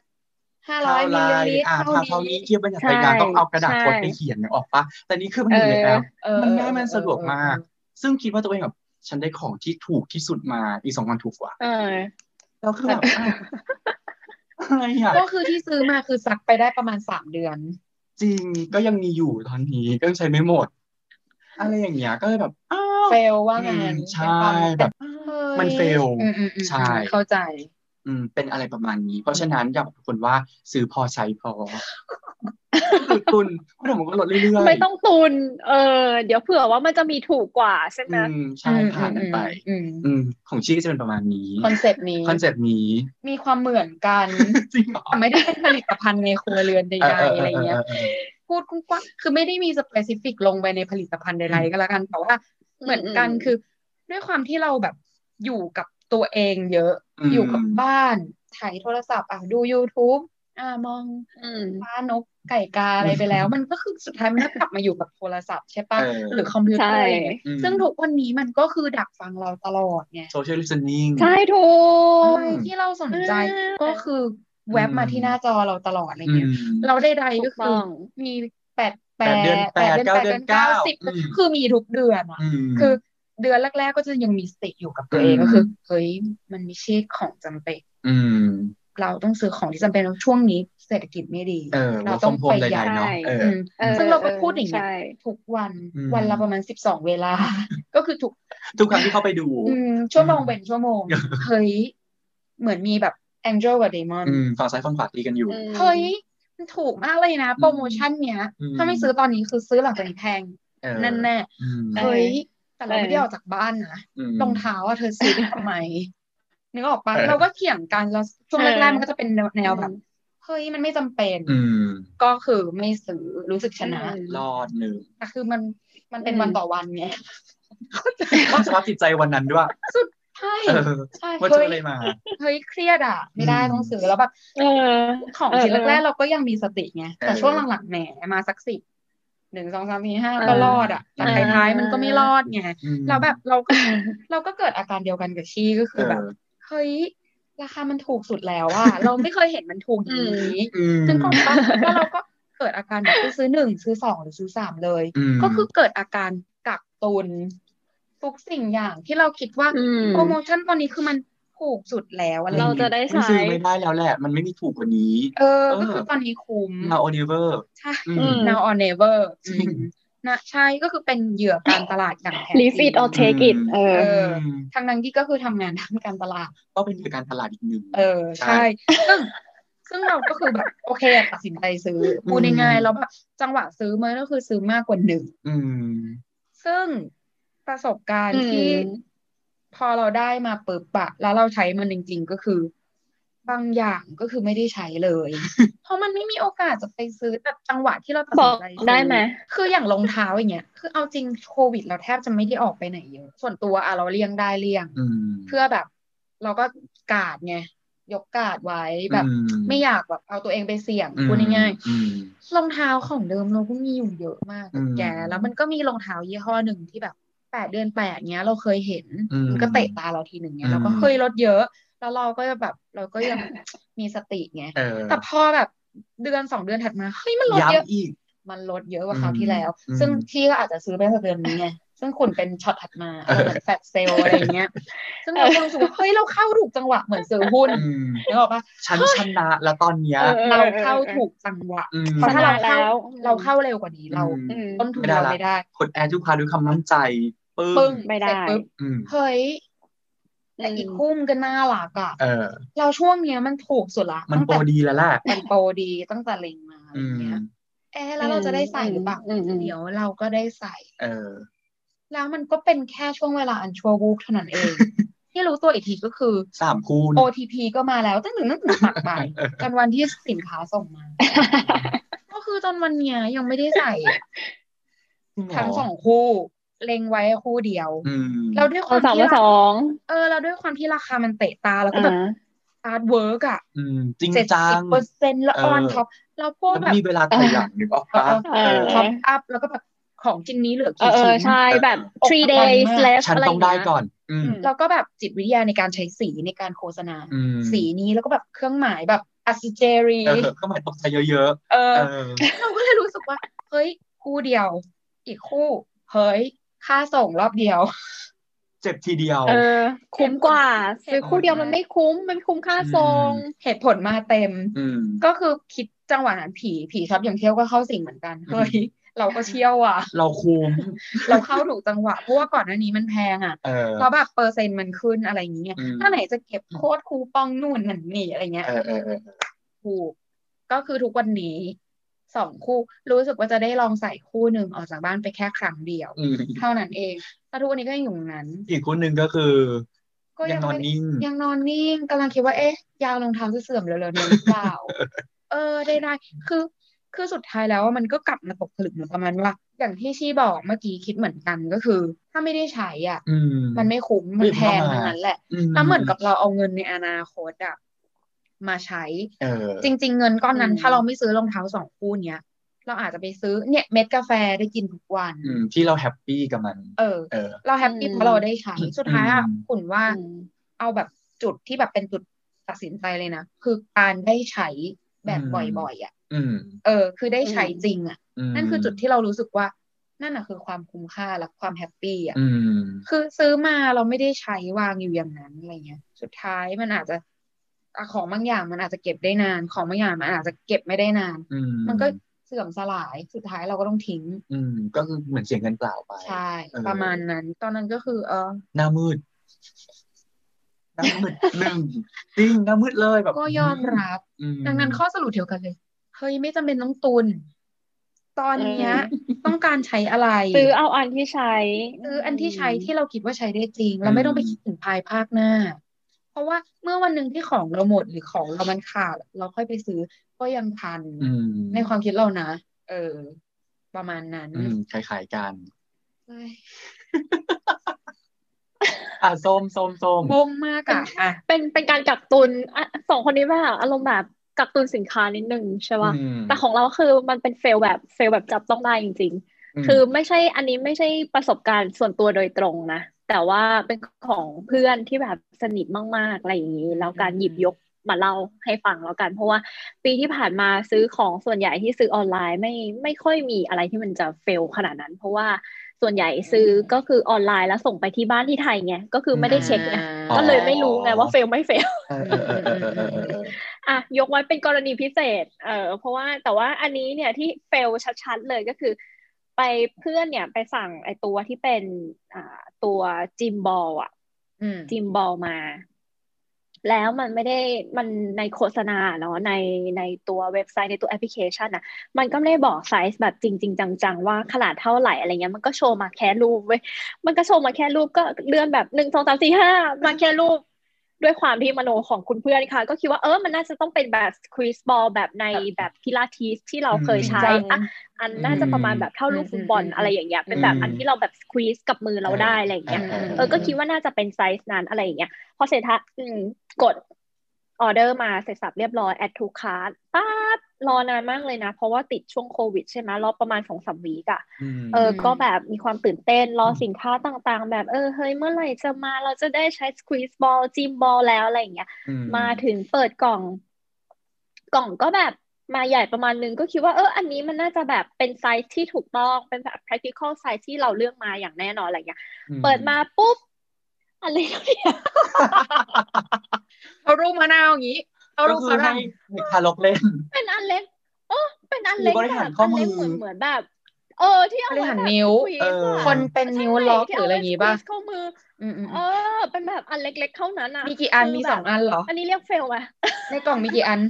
ห้าร้อยมิเท่าล ไร ลิลิตร อ่า เท่า เท่านี้ นี้ เทียบมันดัดสยาม ใช่ ต้องเอากระดาษ ใช่ พดไปเขียนนึกออกปะแต่นี่คือมันอยู่ในแอป เออ มันง่ายมัน เออ สะดวก เออ มาก ซึ่งคิดว่าตัวเองแบบฉันได้ของที่ถูกที่สุดมาอีกสองวันถูกกว่า เออ แล้วคือแบบอ้าวอะไรอ่ะ ก็คือที่ซื้อมาคือซักไปได้ประมาณสามเดือน จริงก็ยังมีอยู่ตอนนี้ก็ยังใช้ไม่หมด อะไรอย่างเงี้ยก็เลยแบบอ้าว เฟลว่างาน อืมใช่ เป็นความ แบบมันเฟล อืมอืมอืม ใช่ เข้าใจ อืมเป็นอะไรประมาณนี้ เพราะฉะนั้นอยากบอกทุกคนว่าซื้อพอใช้พอคือตุนเพราะเดี๋ยวมันก็ลดเรื่อยๆ ไม่ต้องตุน เออ เดี๋ยวเผื่อว่ามันจะมีถูกกว่าใช่ไหม อืมใช่ผ่านกันไป อืม อืม ของชี้ก็จะเป็นประมาณนี้ คอนเซปต์นี้ คอนเซปต์นี้ มีความเหมือนกัน *laughs* จริงเหรอ แต่ไม่ได้เป็นผลิตภัณฑ์ในครัวเรือนใด เออเออ ๆ เอ อะไร อ เงี้ย เออ พูดกว้างๆคือไม่ได้มีสเปซิฟิกลงไปในผลิตภัณฑ์ใดๆก็แล้วกันแต่ว่าเหมือนกัน อืม คือ ด้วยความที่เราแบบอยู่กับตัวเองเยอะ อืม อยู่กับบ้านถ่ายโทรศัพท์อ่ะดู YouTube อ่ามอง อืม ฟ้านกไก่กาอะไรไป *laughs* แล้ว มันก็คือสุดท้ายมันก็กลับมาอยู่กับโทรศัพท์ใช่ปะ เออ หรือคอมพิวเตอร์อะไรอย่างเงี้ย ใช่อืม ซึ่งทุกวันนี้มันก็คือดักฟังเราตลอดไง โซเชียลลิสติ้ง ใช่ถู ใช่ ก ที่เราสนใจ อืม ก็คือ แวบมาที่หน้าจอเราตลอดอะไร อื เงี้ย ม เราได้ใด ถู ก็ ก คื ต้ อ อง มีแปดแป แปดเดือนแปด เดือนแปดเดืเก้าเดือ อน น เก้า เก้าสิบ อืม คือมีทุกเดือนอะ อืม คือเดือนแรก ๆ ก็จะยังมีสติอยู่กับตัวเอง อืม ก็คือเฮ้ยมันไม่ใช่ของจำเป็น อืม เราต้องซื้อของที่จำเป็นแล้วช่วงนี้เศรษฐกิจไม่ดี เออ เรา เรา ต้ ต้ อ อง ง ป ประ ระ ห ห ยั ยั ด ด ใช่ เนาะเออ อืม ออ ซึ่งเราก็พูดอย่างเงี้ย ใช่ ทุกวัน อืม วันละประมาณสิบสองเว *laughs* ลา ก็คือทุก ทุกครั้งที่เข้าไปดู อืมชั่วโมง อืม เป็นชั่วโมง เฮ้ย เหมือนมีแบบแองเจลกับเดมอน อืมฝั่งซ้ายฝั่งขวาตีกันอยู่ อืม เฮ้ย มันถูกมากเลยนะ โปรโมชั่นเนี้ย อืม ถ้าไม่ซื้อตอนนี้คือซื้อหลังจากนี้แพง เออ นั่นแน่ อืม เฮ้ย แต่เรา เออ ไม่ได้ออกจากบ้านนะ ม รองเท้าอะเธอซื้อทำไมนึกออกปะ เออ เราก็เถียงกันแล้วช่วงแรกๆมันก็จะเป็นแนวแบบ อืม เฮ้ยมันไม่จำเป็น อืม ก็คือไม่ซื้อรู้สึกชนะ อืม รอดหนึ่ง แต่คือมันมันเป็น อืม วันต่อวันไง ต้องสภาพจิตใจวันนั้นด้วย ใช่ เออ ใช่ ว่าเจ เฮ้ อย อะไรมา เฮ้ยเครียดอ่ะ ไม่ได้ อืม ต้องซื้อแล้วแบบ เออ ของ เอ ชิ้น เออ แรกๆเราก็ยังมีสติไงแต่ เออ ช่วงหลังๆแหมมาสักสิบหนึ่งสองสามสี่ห้า เออ ก็รอดอ่ะแต่ เออ ท้ายๆมันก็ไม่รอดไง อืม เราแบบเราก็ เราก็เกิดอาการเดียวกันกับชี่ก็คือแบบ เออ เฮ้ยราคามันถูกสุดแล้วอ่ะ เราไม่เคยเห็นมันถูกอย่างนี้ อืม ซึ่งก็ปั๊บแล้วเราก็เกิดอาการแบบซื้อหนึ่งซื้อสองหรือซื้อสามเลย ม ก็คือเกิดอาการกักตุนทุกสิ่งอย่างที่เราคิดว่า อืม โปรโมชั่นตอนนี้คือมันถูกสุดแล้วอะไรอย่ง เรา งี้ย จะได้ มัน ใช้ ซื้อไม่ได้แล้วแหละ มันไม่มีถูกกว่านี้ เออ เออ ก็คือตอนนี้คุ้ม นาโอลิเวอร์ ใช่ อืม ม now or *laughs* never จริง อืมนะใช่ ก็คือเป็นเหยื่อการตลาดอย่างแท้จริง leave it or take it เออ เออ ทั้งนั้นที่ก็คือทำงานทางการตลาด ก็เป็นคือการตลาดอีกหนึ่ง เออ ใช่ ซึ่ง ซึ่งเราก็คือแบบ โอเคตัดสินใจซื้ *laughs* อ พูด อืม ง่ายๆแล้วแบบจังหวะซื้อมันก็คือซื้อมากกว่าหนึ่ง อืม ซึ่งประสบการณ์ อืม ที่พอเราได้มาปึ๊บอะแล้วเราใช้มันจริง ๆ ก็คือ บางอย่างก็คือไม่ได้ใช้เลย *laughs* เพราะมันไม่มีโอกาสจะไปซื้อแบบจังหวะที่เราตัด บ สิ อน ก ใจซื้อ ได้ไหม คืออย่างรองเท้าอย่างเงี้ยคือเอาจริงโควิด เราแทบจะไม่ได้ออกไปไหนเยอะส่วนตัวอะเราเลี่ยงได้เลี่ยง อืม เพื่อแบบเราก็กาดไงยกกาดไว้แบบ อื ไม่อยากแบบเอาตัวเองไปเสี่ยง อืม พูดง่ายๆ อืม รองเท้าของเดิมเราก็มีอยู่เยอะมาก อืม แก แล้วมันก็มีรองเท้ายี่ห้อหนึ่งที่แบบแปดเดือนแปดเงี้ย เราเคยเห็น อืม นก็เตะตาเราทีหนึ่งเงี้ อื ย ม เราก็เคยลดเยอะ แล้วเราก็แบบเราก็ยัง มีสติไง เออ แต่พอแบบเดือนสองเดือนถัดมาเฮ้ยมันลดเยอะ ย้ำอีก มันลดเยอะกว่า อืม คราวที่แล้ว อืม ซึ่งพี่ก็อาจจะซื้อไปตั้งแต่เดือนนี้ไงซึ่งคุณเป็นช็อตถัดมา เออ เหมือนแฟลชเซลอะไรอย่างเงี้ย ซึ่งเราก็รู้สึกว่าเฮ้ยเราเข้าถูกจังหวะเหมือนซื้อหุ้น อืม นึกออกปะ ฉันชนะแล้วตอนเนี้ย เออ เราเข้าถูกจังหวะ อืม เพราะถ้าเราเข้า ชนะแล้ว เราเข้าเร็วกว่านี้เรา อืม ม ต้นทุน ไม่ได้ เรา ละ ไม่ได้ กดแอร์ทุกพาด้วยคำมั่นใจ ปึ้ ปึ้ง ไม่ได้ เสร็จปุ๊บ อืม เฮ้ย อืม แต่อีกคู่มนก็น่ารักอ่ะ เออ เราช่วงเนี้ยมันถูกสุดละ มัน ตั้ง โปร แต่ ดีแล้วแหละ มันโปรดีตั้งแต่เล็งมาอะไร อืม เงี้ยเอะแล้วเราจะได้ใส่หรือเปล่า อืมอืม เดี๋ยวเราก็ได้ใส่ เออ แล้วมันก็เป็นแค่ช่วงเวลาอันชั่ววูบเท่านั้นเอง *laughs* ที่รู้ตัวอีกทีก็คือ สามคูณ OTP ก็มาแล้วตั้งแต่ตั้งแต่ตัดไปจนวันที่สินค้าส่งมา *laughs* ก็คือจนวันเนี้ยยังไม่ได้ใส่อะ จริเหร ทั้งสองคู่เล็งไว้คู่เดียว อืม เราด้วยค เอา วาม สาม ที่ มา เรา สอง เออแล้วด้วยความที่ราคามันเตะตาแล้วก็ อ่า แบบอาร์ตเวิร์กอะ อืม จริง เจ็ด จั สิ ง บเปอร์เซ็นต์แล้ว เอ อ อ อนท็อปแล้วพวก มัน แบบ มีเวลาถอยหลังนึกออก เอ ปะ อเออ เออ ท็อปอัพแล้วก็แบบของชิ้นนี้เหลือ เอ กี่ อเอ ชิ้ อน ใช่แบบ เออ three days left ฉัน อะไรอ ต้อย่าง ง ได้ เงี้ย ก่อน อืม แล้วก็แบบจิตวิทยาในการใช้สีในการโฆษณา อืม สีนี้แล้วก็แบบเครื่องหมายแบบอัสเจรี เออก็หมายตกใจเยอะ เออๆเออ เราก็เลยรู้สึกว่า เฮ้ย คู่เดียว อีกคู่ เฮ้ย ค่าส่งรอบเดียว เจ็บทีเดียว เออ คุ้มกว่า ซื้อคู่เดียวมันไม่คุ้ม มันคุ้มค่าทรง เหตุผลมาเต็ม อืม ก็คือคิดจังหวะนั้นผีผีชอบอย่างเที่ยวก็เข้าสิงเหมือนกัน เฮ้ย เราก็เที่ยวอ่ะ เราคุ้ม เราเข้าถูกจังหวะเพราะว่าก่อนหน้านี้มันแพงอ่ะ เออ เพราะแบบเปอร์เซ็นต์มันขึ้นอะไรอย่างเงี้ย อืม ถ้าไหนจะเก็บโค้ดคูปองนู่นนั่นนี่อะไรเงี้ย เออเออเออ ถูกก็คือทุกวันนี้สองคู่รู้สึกว่าจะได้ลองใส่คู่หนึ่งออกจากบ้านไปแค่ครั้งเดียว อืม เท่านั้นเองแต่ทุกวันนี้ก็ยังอยู่ตรงนั้น อีกคู่หนึ่งก็คือ ก็ ยังนอน ไม่ นิ่ง ยังนอนนิ่งกำลังคิดว่าเอ๊ะยางรองเท้าจะเสื่อมเร็วๆนี้หรือเปล่า เออได้ได้คือ คือสุดท้ายแล้วอะมันก็กลับมาตกผลึกเหมือนประมาณว่า อย่างที่ชี่บอกเมื่อกี้คิดเหมือนกันก็คือ ถ้าไม่ได้ใช้อ่ะ อืม มันไม่คุ้มมั รี น บ แพ เข้างทั้มางนั้นแหละ ม แล้วเหมือนกับเราเอาเงินในอนาคตอะมาใช้ เออ จริง ๆ เงินก้อนนั้น อืม ถ้าเราไม่ซื้อรองเท้าสองคู่เนี้ยเราอาจจะไปซื้อเนี่ยเม็ดกาแฟได้กินทุกวัน อืม ที่เราแฮปปี้กับมัน เออ เออ เราแฮปปี้ อืม เพราะเราได้ใช้ สุดท้ายอะ อืม คุณว่า อืม เอาแบบจุดที่แบบเป็นจุด ตัดสินใจเลยนะ คือการได้ใช้แบบ อืม บ่อยๆอ่ะ อืม เออ คือได้ใช้จริงอ่ะ ม นั่นคือจุดที่เรารู้สึกว่า นั่นน่ะคือความคุ้มค่าและความแฮปปี้อ่ะ อืม คือซื้อมาเราไม่ได้ใช้วางอยู่อย่างนั้นอะไรเงี้ย สุดท้ายมันอาจจะอ่ะของบางอย่างมันอาจจะเก็บได้นาน ของบางอย่างมันอาจจะเก็บไม่ได้นาน อืม มันก็เสื่อมสลาย สุดท้ายเราก็ต้องทิ้ง อืม ก็คือเหมือนเสียเงินเปล่าไป ใช่ เออ ประมาณนั้น ตอนนั้นก็คือ เออ หน้ามืดหน้ามืดหนึ่งจริงหน้ามืดเลยแบบ ก็ยอมรับ อืม ดังนั้นข้อสรุปเดียวกันเลย เฮ้ยไม่จำเป็นต้องตุน ตอนเนี้ย ต้องการใช้อะไร ซื้อเอาอันที่ใช้ ซื้ออันที่ใช้ที่เราคิดว่าใช้ได้จริง เราไม่ต้องไปคิดถึงภายภาคหน้า เพราะว่าเมื่อวันหนึ่งที่ของเราหมดหรือของเรามันขาด เราค่อยไปซื้อก็ยังทัน อืม ในความคิดเรานะ เออ ประมาณนั้น อืมคล้ายๆกัน เอ้ย อ่ะส้มส้มส้ม งงมากอะอ่ะ เป็นเป็นการกักตุนอ่ะสองคนนี้แบบอารมณ์แบบกักตุนสินค้านิดนึงใช่ป่ะ อืม แต่ของเราคือมันเป็นเฟลแบบเฟลแบบจับต้องได้จริง ๆ คือไม่ใช่อันนี้ไม่ใช่ประสบการณ์ส่วนตัวโดยตรงนะ แต่ว่าเป็นของเพื่อนที่แบบสนิทมากๆอะไรอย่างนี้แล้วการหยิบยกมาเล่าให้ฟังแล้วกัน เพราะว่าปีที่ผ่านมาซื้อของส่วนใหญ่ที่ซื้อออนไลน์ไม่ไม่ค่อยมีอะไรที่มันจะเฟลขนาดนั้น เพราะว่าส่วนใหญ่ซื้อก็คือออนไลน์แล้วส่งไปที่บ้านที่ไทยไงก็คือไม่ได้เช็คไง อ๋อ ก็เลยไม่รู้ไงว่าเฟลไม่เฟล เออเออเออเออเออเออ อ่ะยกไว้เป็นกรณีพิเศษ เออเพราะว่าแต่ว่าอันนี้เนี่ยที่เฟลชัดๆเลยก็คือ ไปเพื่อนเนี่ยไปสั่งไอตัวที่เป็นอ่าตัวจิมบอลอะ อืม จิมบอลมา แล้วมันไม่ได้มันในโฆษณาเนาะในในตัวเว็บไซต์ในตัวแอปพลิเคชันอะมันก็ไม่ได้บอกไซส์แบบจริง ๆ จังๆ ว่าขนาดเท่าไหร่อะไรเงี้ยมันก็โชว์มาแค่รูปเว้ย มันก็โชว์มาแค่รูปก็เลื่อนแบบหนึ่งสองสามสี่ห้ามาแค่รูป ด้วยความที่มโนของคุณเพื่อนค่ะ ก็คิดว่าเออมันน่าจะต้องเป็นแบบสควีสบอลแบบในแบบพิลาทิสที่เราเคยใช้อ่ะอันน่าจะประมาณแบบเท่าลูกฟุตบอล อืม อะไรอย่างเงี้ยเป็นแบบ อืม อันที่เราแบบสควีสกับมือเราได้อะไรอย่างเงี้ย เออ ก็คิดว่าน่าจะเป็นไซส์นั้นอะไรอย่างเงี้ย พอเสร็จทะอืมกดออเดอร์มาเสร็จสับเรียบร้อย add to cart ป๊บรอนานมากเลยนะ เพราะว่าติดช่วงโควิดใช่ไหมรอบประมาณสองสามวีกอะ ม เออ อืม ก็แบบมีความตื่นเต้นรอสินค้าต่างๆ แบบเออ เฮ้ย เมื่อไหร่จะมาเราจะได้ใช้ squeeze ball จิมบอลแล้วอะไรอย่างเงี้ย มาถึงเปิดกล่อง กล่องก็แบบมาใหญ่ประมาณนึงก็คิดว่าเออ อันนี้มันน่าจะแบบเป็นไซส์ที่ถูกต้องเป็นแบบ practical size ที่เราเลือกมาอย่างแน่นอนอะไรอย่างเงี้ย เปิดมาปุ๊บ อะไรเนี่ย เอารูปมะนาวอย่างนี้เอา ก็ รูปฝคือให้ รั่ง เด็กทารกเล่น เป็นอันเล็กโอ้เป็นอันเล็ก มีบริ แบ หาร บ ข้อ อัน มื เล็ก อ เหมือนเหมือนแบบ เออ ที่เอา บริหาร ไว้แบบ นิ้ว สกรีซ เออ อะ คนเป็น ใช่ นิ้วล็อก ที่ หรืออะไรอย่าง เา งี้ ไว้ ป่ะ สกรีซข้อมือ อืมอืม เออ เป็นแบบอันเล็กๆเท่านั้นอ่ะ มีกี่อัน คื มี แบบ สองอันเหรอ อันนี้เรียกเฟลไหม ในกล่องมีกี่อัน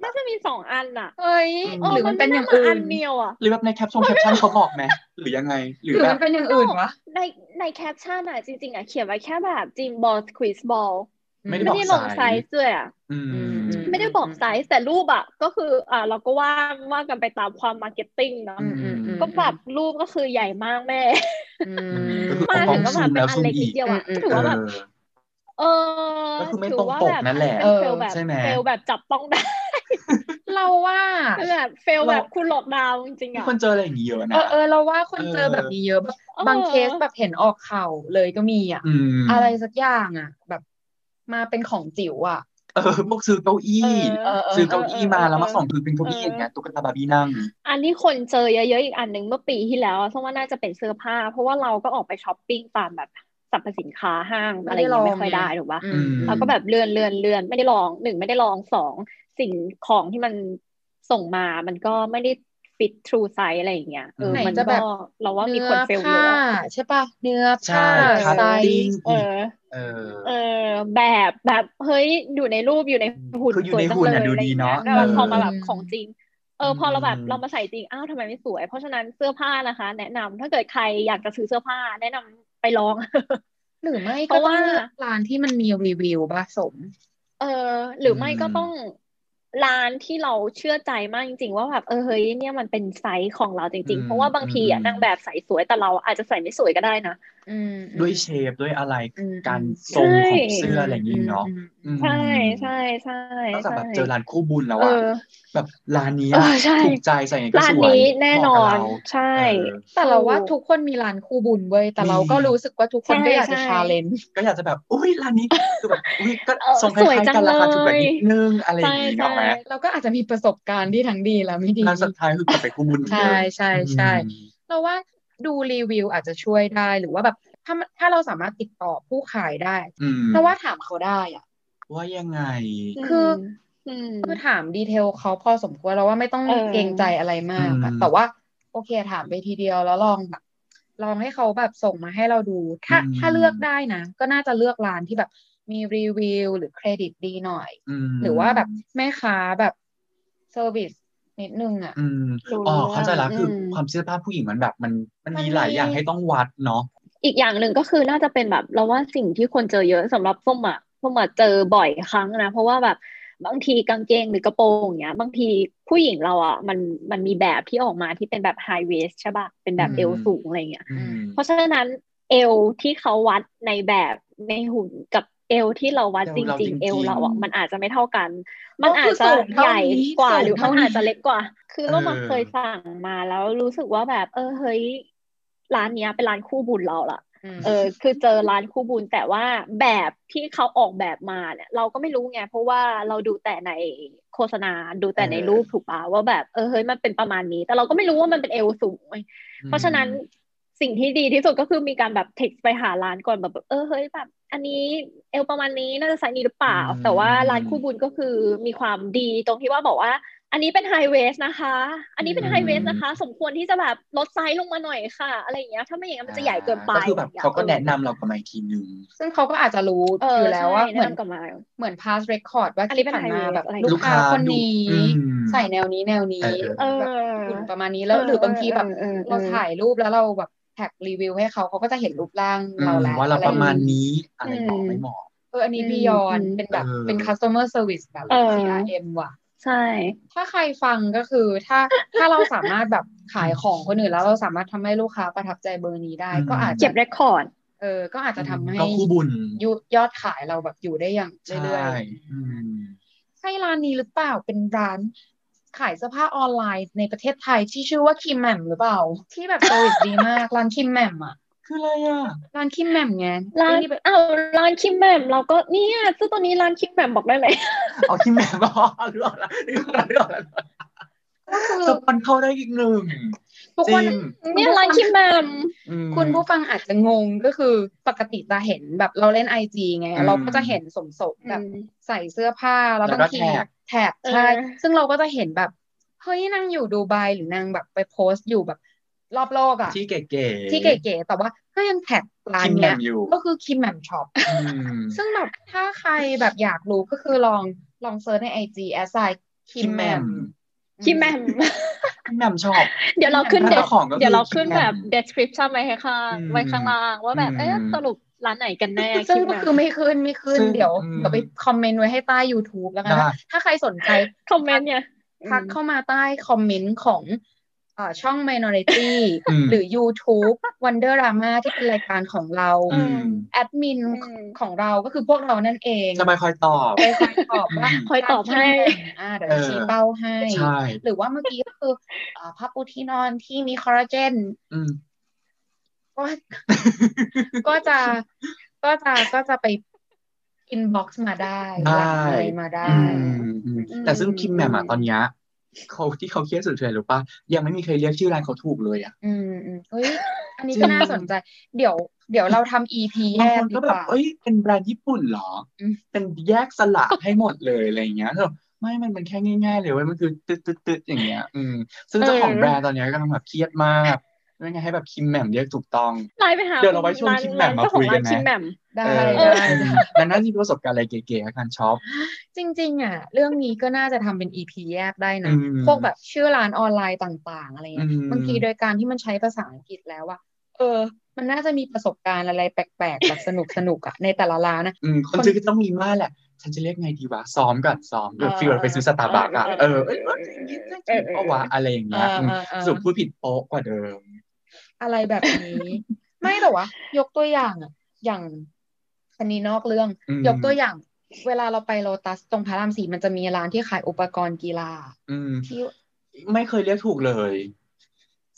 *laughs* น่าจะมีสองอันอ่ะ เฮ้ย อื เออ หรือมันเป็นอย่าง ไได้ อื่ อั น นเดียวอ่ะ หรือแบบในแคปชั่นแคปชั่นเขาบอกไหมหรือยังไง ห ห รือ รือ แบ มั บ นเป็นอย่างอื่นวะ ในในแคปชั่นอ่ะจริงๆอ่ะเขียนไว้แค่แบบจิมบอลสควีสบอล ไม่ได้ ไม่ บอก ได้ลงไซไซ ส์ ส์ด้วยอ่ะ อืม ไม่ได้บอกไซส์แต่รูปอ่ะ ก็คืออ่าเราก็ว่าว่ากันไปตามความมาร์เก็ตติ้งเนาะ อืมอืมอืม ก็แบบรูปก็คือใหญ่มากแม่ อืม ก็คือ *laughs* มาถึงก็แบบเป็นอันเล็กนิดเดียวอ่ะ อืมอืม ถือว่าแบบเออ ก็คือไม่ ถื ตรง ว่า ปก แบบ นั่นแหละ เป็นเฟลแบบ ใช่ไหม เฟลแบบจับต้องได้ เราว่า คือแบบเฟลแบบคุณหลอกดาวน์จริงๆ มี อ่ะ คนเจออะไรอย่างงี้เยอะนะ เออเออเราว่าคนเจอ เออ แบบนี้เยอะแบบบางเคสแบบเห็นออกข่าวเลยก็มีอ่ะ อืม อะไรสักอย่างอ่ะ แบบมาเป็นของจิ๋วอ่ะ เออพวกซื้อเก้าอี้ เออเออ ซื้อเก้าอี้มาแล้วมาส่องคือเป็นเก้าอี้อย่างเงี้ยตุ๊กตาบาร์บี้นั่ง อันที่คนเจอเยอะๆอีกอันหนึ่งเมื่อปีที่แล้วส้มว่าน่าจะเป็นเสื้อผ้า เพราะว่าเราก็ออกไปช้อปปิ้งตามแบบสรรพสินค้าห้างอะไรอย่างเงี้ยไม่ค่อยได้ถูกปะ อืม เราก็แบบเลื่อนเลื่อนเลื่อนไม่ได้ลองหนึ่งไม่ได้ลองสองสิ่งของที่มันส่งมามันก็ไม่ได้ฟิต true size อะไรอย่างเงี้ยเออ ไหน มัน จะ ก็ แบบ เราว่ามีคนเฟลเย นื้ อะ ผ้าใช่ป่ะ เนื้อ ใช่ ผ้า คัต ไซ ติ้ง ส์ เออ เออ เออแบบแบบเฮ้ยอยู่ในรูปอยู่ในหุ่น คืออยู่ สวย ใน จั หุ่ ง น เลย อะดู อะไร ดี อย่างเงี้ย เนอะ แต่ว่า เออ พอมาแบบของจริง เอออ ม พอเราแบบเรามาใส่จริงอ้าวทำไมไม่สวย เพราะฉะนั้นเสื้อผ้านะคะ แนะนำถ้าเกิดใครอยากจะซื้อเสื้อผ้า แนะนำไปลอง หรือไม่ เพ ก็ ราะ ต้อง ว่า เลือกร้านที่มันมีรีวิวผสม เออหรือไม่ก็ อืม ต้องร้านที่เราเชื่อใจมากจริงๆ ว่าแบบเออเฮ้ยเนี่ยมันเป็นไซส์ของเราจริง ๆ เพราะว่าบางทีอ่ะนางแบบใส่สวยแต่เราอาจจะใส่ไม่สวยก็ได้นะ อืมอืม ด้วยเชฟด้วยอะไร อืม การทรงของเสื้ออะไรอย่างนี้เนาะ อืมอืม อืม ใช่ใช่ใช่ นอกจาก ใช่ แบบเจอร้านคู่บุญแล้ว เอ อะ อ แบบร้านนี้ เออใช่ ถูกใจใส่ไงก็ ร้า ส น วย นี้แน่นอ เห น มาะกับเรา ใช่ เออ แต่เราว่าทุกคนมีร้านคู่บุญเว้ยแต่เราก็ มี รู้สึกว่าทุกคนก็อยากจะ ใช่ใช่ ชาเลนจ์ ก็อยากจะแบบอุ้ยร้านนี้คือแบบอุ้ยก็ เออ ทรงคล้ายๆกันราคาถูกกว่านิดนึงอะไรอ ใช่ ย่างนี้ ใช่ เนาะแม่ เราก็อาจจะมีประสบการณ์ที่ทั้งดีและไม่ดี ร้านสุดท้ายคือกลับไปคู่บุญเหมือนเดิ ใช่ ม ใช่ใช่ อืม เราว่าดูรีวิวอาจจะช่วยได้หรือว่าแบบถ้าถ้าเราสามารถติดต่อผู้ขายได้ อืม เราว่าถามเขาได้อะ ว่ายังไง คือ อืม คือถามดีเทลเขาพอสมควรเราว่าไม่ต้อง เออ เกรงใจอะไรมากอะ อืม แต่ว่าโอเคถามไปทีเดียวแล้วลองแบบลองให้เขาแบบส่งมาให้เราดู ถ้าถ้าเลือกได้นะ ก็น่าจะเลือกร้านที่แบบมีรีวิวหรือเครดิตดีหน่อย ม หรือว่าแบบแม่ค้าแบบเซอร์วิสนิดนึงอ่ะ อืม รู้ อ๋อ รื่อง เข้าใจละคืออ ม ความเสื้อผ้าผู้หญิงมันแบบมันมัน มัน มีหลาย มี อย่างให้ต้องวัดเนาะ อีกอย่างหนึ่งก็คือน่าจะเป็นแบบเราว่าสิ่งที่คนเจอเยอะสำหรับส้มอะส้มอะเจอบ่อยครั้งนะ เพราะว่าแบบบางทีกางเกงหรือกระโปรงอย่างเงี้ย บางทีผู้หญิงเราอะมันมันมีแบบที่ออกมาที่เป็นแบบ high waist ใช่ปะเป็นแบบ อืม เอวสูงอะไรเงี้ย อืม เพราะฉะนั้นเอวที่เขาวัดในแบบในหุ่นกับเอวที่เราวัดจริง ๆ เอวเราอะมันอาจจะไม่เท่ากัน มันอาจจะใหญ่กว่าหรือมันอาจจะเล็กกว่า คือเรามาเคยสั่งมาแล้วรู้สึกว่าแบบ เออเฮ้ยร้านเนี้ยเป็นร้านคู่บุญเราละ ม เออคือเจอร้านคู่บุญแต่ว่าแบบที่เขาออกแบบมาเนี่ยเราก็ไม่รู้ไงเพราะว่าเราดูแต่ในโฆษณาดูแต่ใน เออ รูปถูกปะว่าแบบเออเฮ้ยมันเป็นประมาณนี้ แต่เราก็ไม่รู้ว่ามันเป็นเอวสูงเว้ยเพราะฉะนั้นสิ่งที่ดีที่สุดก็คือมีการแบบเทคไปหาร้านก่อนแบบเออเฮ้ยแบบ อันนี้เอวประมาณนี้น่าจะใส่นี้หรือเปล่า อืม แต่ว่าร้านคู่บุญก็คือมีความดีตรงที่ว่าบอกว่า อันนี้เป็นไฮเวสนะคะ อันนี้เป็นไฮเวสนะคะ สมควรที่จะแบบลดไซส์ลงมาหน่อยค่ะ อะไรอย่างเงี้ยถ้าไม่อย่างนั้นมันจะใหญ่เกินไป ก็คือแบบเขาก็แนะนำเรากลับมาอีกทีนึง ซึ่งเขาก็อาจจะรู้ เออ อยู่แล้วว่า ใช่ เหมือน แนะนำกลับมา เหมือน past record ว่า อันนี้ ที่ เป็น ผ่านมา highway แบบ อะไร ลูกค้า ลูกค้า คนนี้ ดูอืม ใส่แนวนี้แนวนี้ เออ แบบหุ่นประมาณนี้แล้ว เออ หรือบางทีแบบ เออเออเออ เราถ่ายรูปแล้วเราแบบแท็กรีวิวให้เขาเขาก็จะเห็นรูปร่าง อื เรา ม แล้ว ว่าเรา อะไร ประมาณ อย่งเงี้ย นี้อะไรเหมาะไม่เหมาะ เอออันนี้ อืม พี่ยอน อืม เป็นแบบ เออ เป็น customer service แบบ เออ CRM ว่ะ ใช่ ถ้าใครฟังก็คือถ้าถ้าเราสามารถแบบขายของคนอื่นแล้วเราสามารถทำให้ลูกค้าประทับใจเบอร์นี้ได้ อืม ก็อาจ เก็ จะ บเรคคอร์ด เออก็อาจจะทำให้ ก็คู่บุญ ยยอดขายเราแบบอยู่ได้อย่าง ใช่ เรื่อย อืม ๆ ใช่ร้านนี้หรือเปล่าเป็นร้านขายเสื้อผ้าออนไลน์ในประเทศไทยที่ชื่อว่าคิมแหม่มหรือเปล่า ที่แบบเซอร์วิสดีมาก ร้านคิมแหม่มอ่ะ คืออะไรอ่ะ ร้านคิมแหม่มไง ร้าน ไอ้แบบ อ้าวร้านคิมแหมมเราก็เนี่ยซื้อตัวนี้ร้านคิมแหมมบอกได้เลย เอาที่แม่บอกเรื่องอะไรเรื่องอะไรเรื่องอะไร ก็คือ สปอนเข้าได้อีกหนึ่ง ทุก จ ค ริ น ง เนี่ยร้านคิมแหมม อืม คุณผู้ฟังอาจจะงงก็คือปกติจะเห็นแบบเราเล่นไอจีไง อืม เราก็จะเห็นสมศพแบบ ใส่เสื้อผ้าแล้ว แล้บาวง ก็ ที แท็ก แท็กใช่ เออ ซึ่งเราก็จะเห็นแบบเฮ้ยนางอยู่ดูไบหรือนางแบบไปโพสต์อยู่แบบรอบโลกอ่ะ ที่เก๋ๆ ที่เก๋ๆแต่ว่าก็ยังแท็กร้าน กินแหน เนี้ย มอยู่ ก็คือคิมแหม่มช็อป อืม ซึ่งแบบถ้าใครแบบอยากรู้ก็คือลองลองเซิร์ชในไอจีแอสไซคิมแหม่ม คิมแหมม พี่แหม่มชอบ เดี๋ยวเราขึ้น ร้าน เด เจ้าของก็คือ เดี๋ยวเราขึ้นแบบ พี่หม่ม description ไว้ให้ข้าง อืม ไว้ข้างล่างว่าแบบ อืม เอ๊ะสรุปร้านไหนกันแน่ ซึ่ง คิมแห ก็ ม คือ ม ไม่ขึ้นไม่ขึ้น ซึ่ง เดี๋ยว อืม เดี๋ยวไปคอมเมนต์ไว้ให้ใต้ YouTube แล้วกัน ได้ นะถ้าใครสนใจ คอมเมนต์เนี่ย ทักเข้ามาใต้คอมเมนต์ของเอ่อช่อง Minority อืม หรือ YouTube Wonderama ที่เป็นรายการของเรา อืม แอดมิน อืม ของเราก็คือพวกเรานั่นเอง จะไม่คอยตอบ ไปคอยตอบว่า คอยตอบให้ อ่าเดี๋ยวจะชี้เป้าให้ ใช่ หรือว่าเมื่อกี้ก็คือเอ่อผ้าปูที่นอนที่มีคอลลาเจน อืม ก็ก็จะก็จะก็จะไปอินบ็อกซ์มาได้ ได้ หลังไลน์มาได้ อืมอืมแต่ซึ่งคิมแหม่มอะตอนเนี้ยเขาที่เขาเครียดสุดเลยหรือปะยังไม่มีใครเรียกชื่อร้านเขาถูกเลยอ่ะ อืมอืมเฮ้ยอันนี้ จริ ก็ ง น่าสนใจ เดี๋ยว เดี๋ยวเราทำ EP แยกบางคน ดี ก็ ก แบบ ว่า เอ้ยเป็นแบรนด์ญี่ปุ่นเหรออ ม เป็นแยกสละให้หมดเลยอะไรอย่างเงี้ยแล้วแบบไม่มันมันแค่ง่ายๆเลยเว้ยมันคือตึ๊ดตึ๊ดตึ๊ดอย่างเงี้ย อืมซึ่งเจ้าของแบรนด์ตอนเนี้ยกำลังแบบเครียดมากว่าไงให้แบบคิมแหม่มเรียกถูกต้อง ไลน์ไปหา เดี๋ยวเราไว้ชวน ร้าน คิมแหม่มร้านมาเจ้าข คุ อง ยกัน ร้าน ไหม คิมแหมม ได้ เอ ได้ อ ได้ ดังนั้นที่ประสบการณ์อะไรเก๋ๆกับการช็อป จริง ๆ อ่ะ เรื่องนี้ก็น่าจะทำเป็น EP แยกได้นะ อืม พวกแบบชื่อร้านออนไลน์ต่าง ๆ อะไรเงี้ย อืม บางทีโดยการที่มันใช้ภาษาอังกฤษแล้วอะเออ มันน่าจะมีประสบการณ์อะไรแปลกๆ แบบสนุกๆอะในแต่ละร้านนะ อืมคนซื้อก็ต้องมีมากแหละ ฉันจะเรียกไงดีวะ ซ้อมก่อนซ้อมเดี๋ยว เออ ฟีลแบบไปซื้อสตาร์บัคอะเอ เอออเอ้ย เออ เอ้ยเอาวะอะไรอย่างเงี้ย เออเออเออ สรุดพูดผิดโป๊ะกว่าเดิม อะไรแบบนี้ *laughs* ไม่แต่ว่ายกตัวอย่างอะอย่างอันนี้นอกเรื่อง อืม ยกตัวอย่าง เวลาเราไปโลตัสตรงพระรามสี่มันจะมีร้านที่ขายอุปกรณ์กีฬา อืม ที่ ไม่เคยเรียกถูกเลย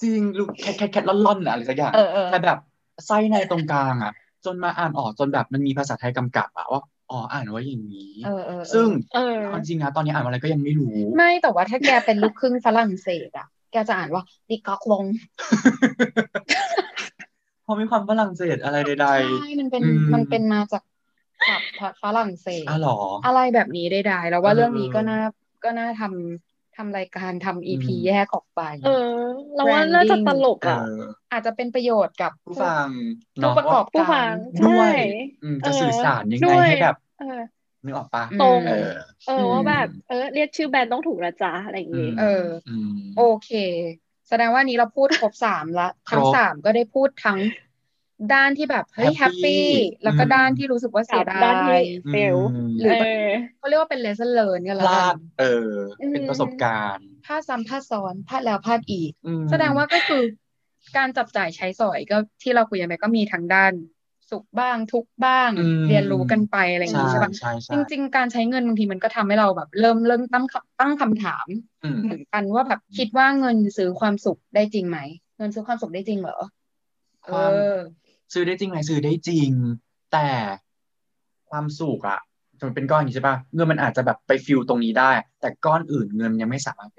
จริงลูกแคทแคทแคทล่อนๆน่ะอะไรสักอย่าง เออเออ แต่แบบไส้ในตรงกลางอ่ะ จนมาอ่านออกจนแบบมันมีภาษาไทยกำกับอ่ะว่าอ๋ออ่านว่าอย่างนี้ เออเออ ซึ่ง เออ เอาจริงนะตอนนี้อ่านอะไรก็ยังไม่รู้ ไม่แต่ว่าถ้าแกเป็นลูกครึ่งฝรั่งเศสอะแกจะอ่านว่าดิกอกลง เพราะมีความฝรั่งเศสอะไรใด ใช่มันเป็น อืม มันเป็นมาจากศัพท์ฝรั่งเศส ๆอ่ะหรอ อะไรแบบนี้ได้ๆแล้วว่า เออ เรื่องนี้ก็ เออ น่าก็น่าทำทำรายการทำอีพี อืม แยกออกไป เออ เราว่าน่าจะตลก เอ อ่ะ อ อาจจะเป็นประโยชน์กับ ผู้ฟัง ผู้ เนาะ ประกอบ ว่า ผู้ฟั กาง ร ด้ว ใช่ ยอืมจะสื่อสารยังไง ด้วย ให้แบบ เออ นึกออกปะ ตรง เออ เออว่าแบบ เออ เรียกชื่อแบรนด์ต้องถูกนะจ๊ะอะไรอย่างงี้ ม เออ อืม โอเค แสดงว่านี้เราพูดครบสามละ ครบ ทั้งสามก็ได้พูดทั้งด้านที่แบบเฮ้ยแฮป Happy ปี้ แล้วก็ อืม ด้านที่รู้สึกว่าเสียดา ด้านที่ ย เฟล อืม หรือ เออ เขาเรียกว่าเป็นเลสเซอร์เลินกัน พ แล้ว ลา กั ด น เออ เป็นประสบการณ์ พลาดซ้ำพลาดซ้อนพลาดแล้วพลาดอีก อืม แสดงว่าก็คือการจับจ่ายใช้สอยก็ที่เราคุยกันไปก็มีทั้งด้านสุขบ้างทุกข์บ้าง อืม เรียนรู้กันไปอะไรอย่าง ใช่ นี้ใช่ปะ ใช่ใช่ จริง ๆ การใช้เงินบางทีมันก็ทำให้เราแบบ เริ่มเริ่มตั้งคำตั้งคำถาม อืม เหมือนกันว่าแบบคิดว่าเงินซื้อความสุขได้จริงไหม เงินซื้อความสุขได้จริงเหรอเอ ความ อ ซื้อได้จริงไหมซื้อได้จริง แต่ความสุขอะสมมติเป็นก้อนอย่างนี้ใช่ปะเงินมันอาจจะแบบไปฟิลตรงนี้ได้ แต่ก้อนอื่นเงินยังไม่สามารถไป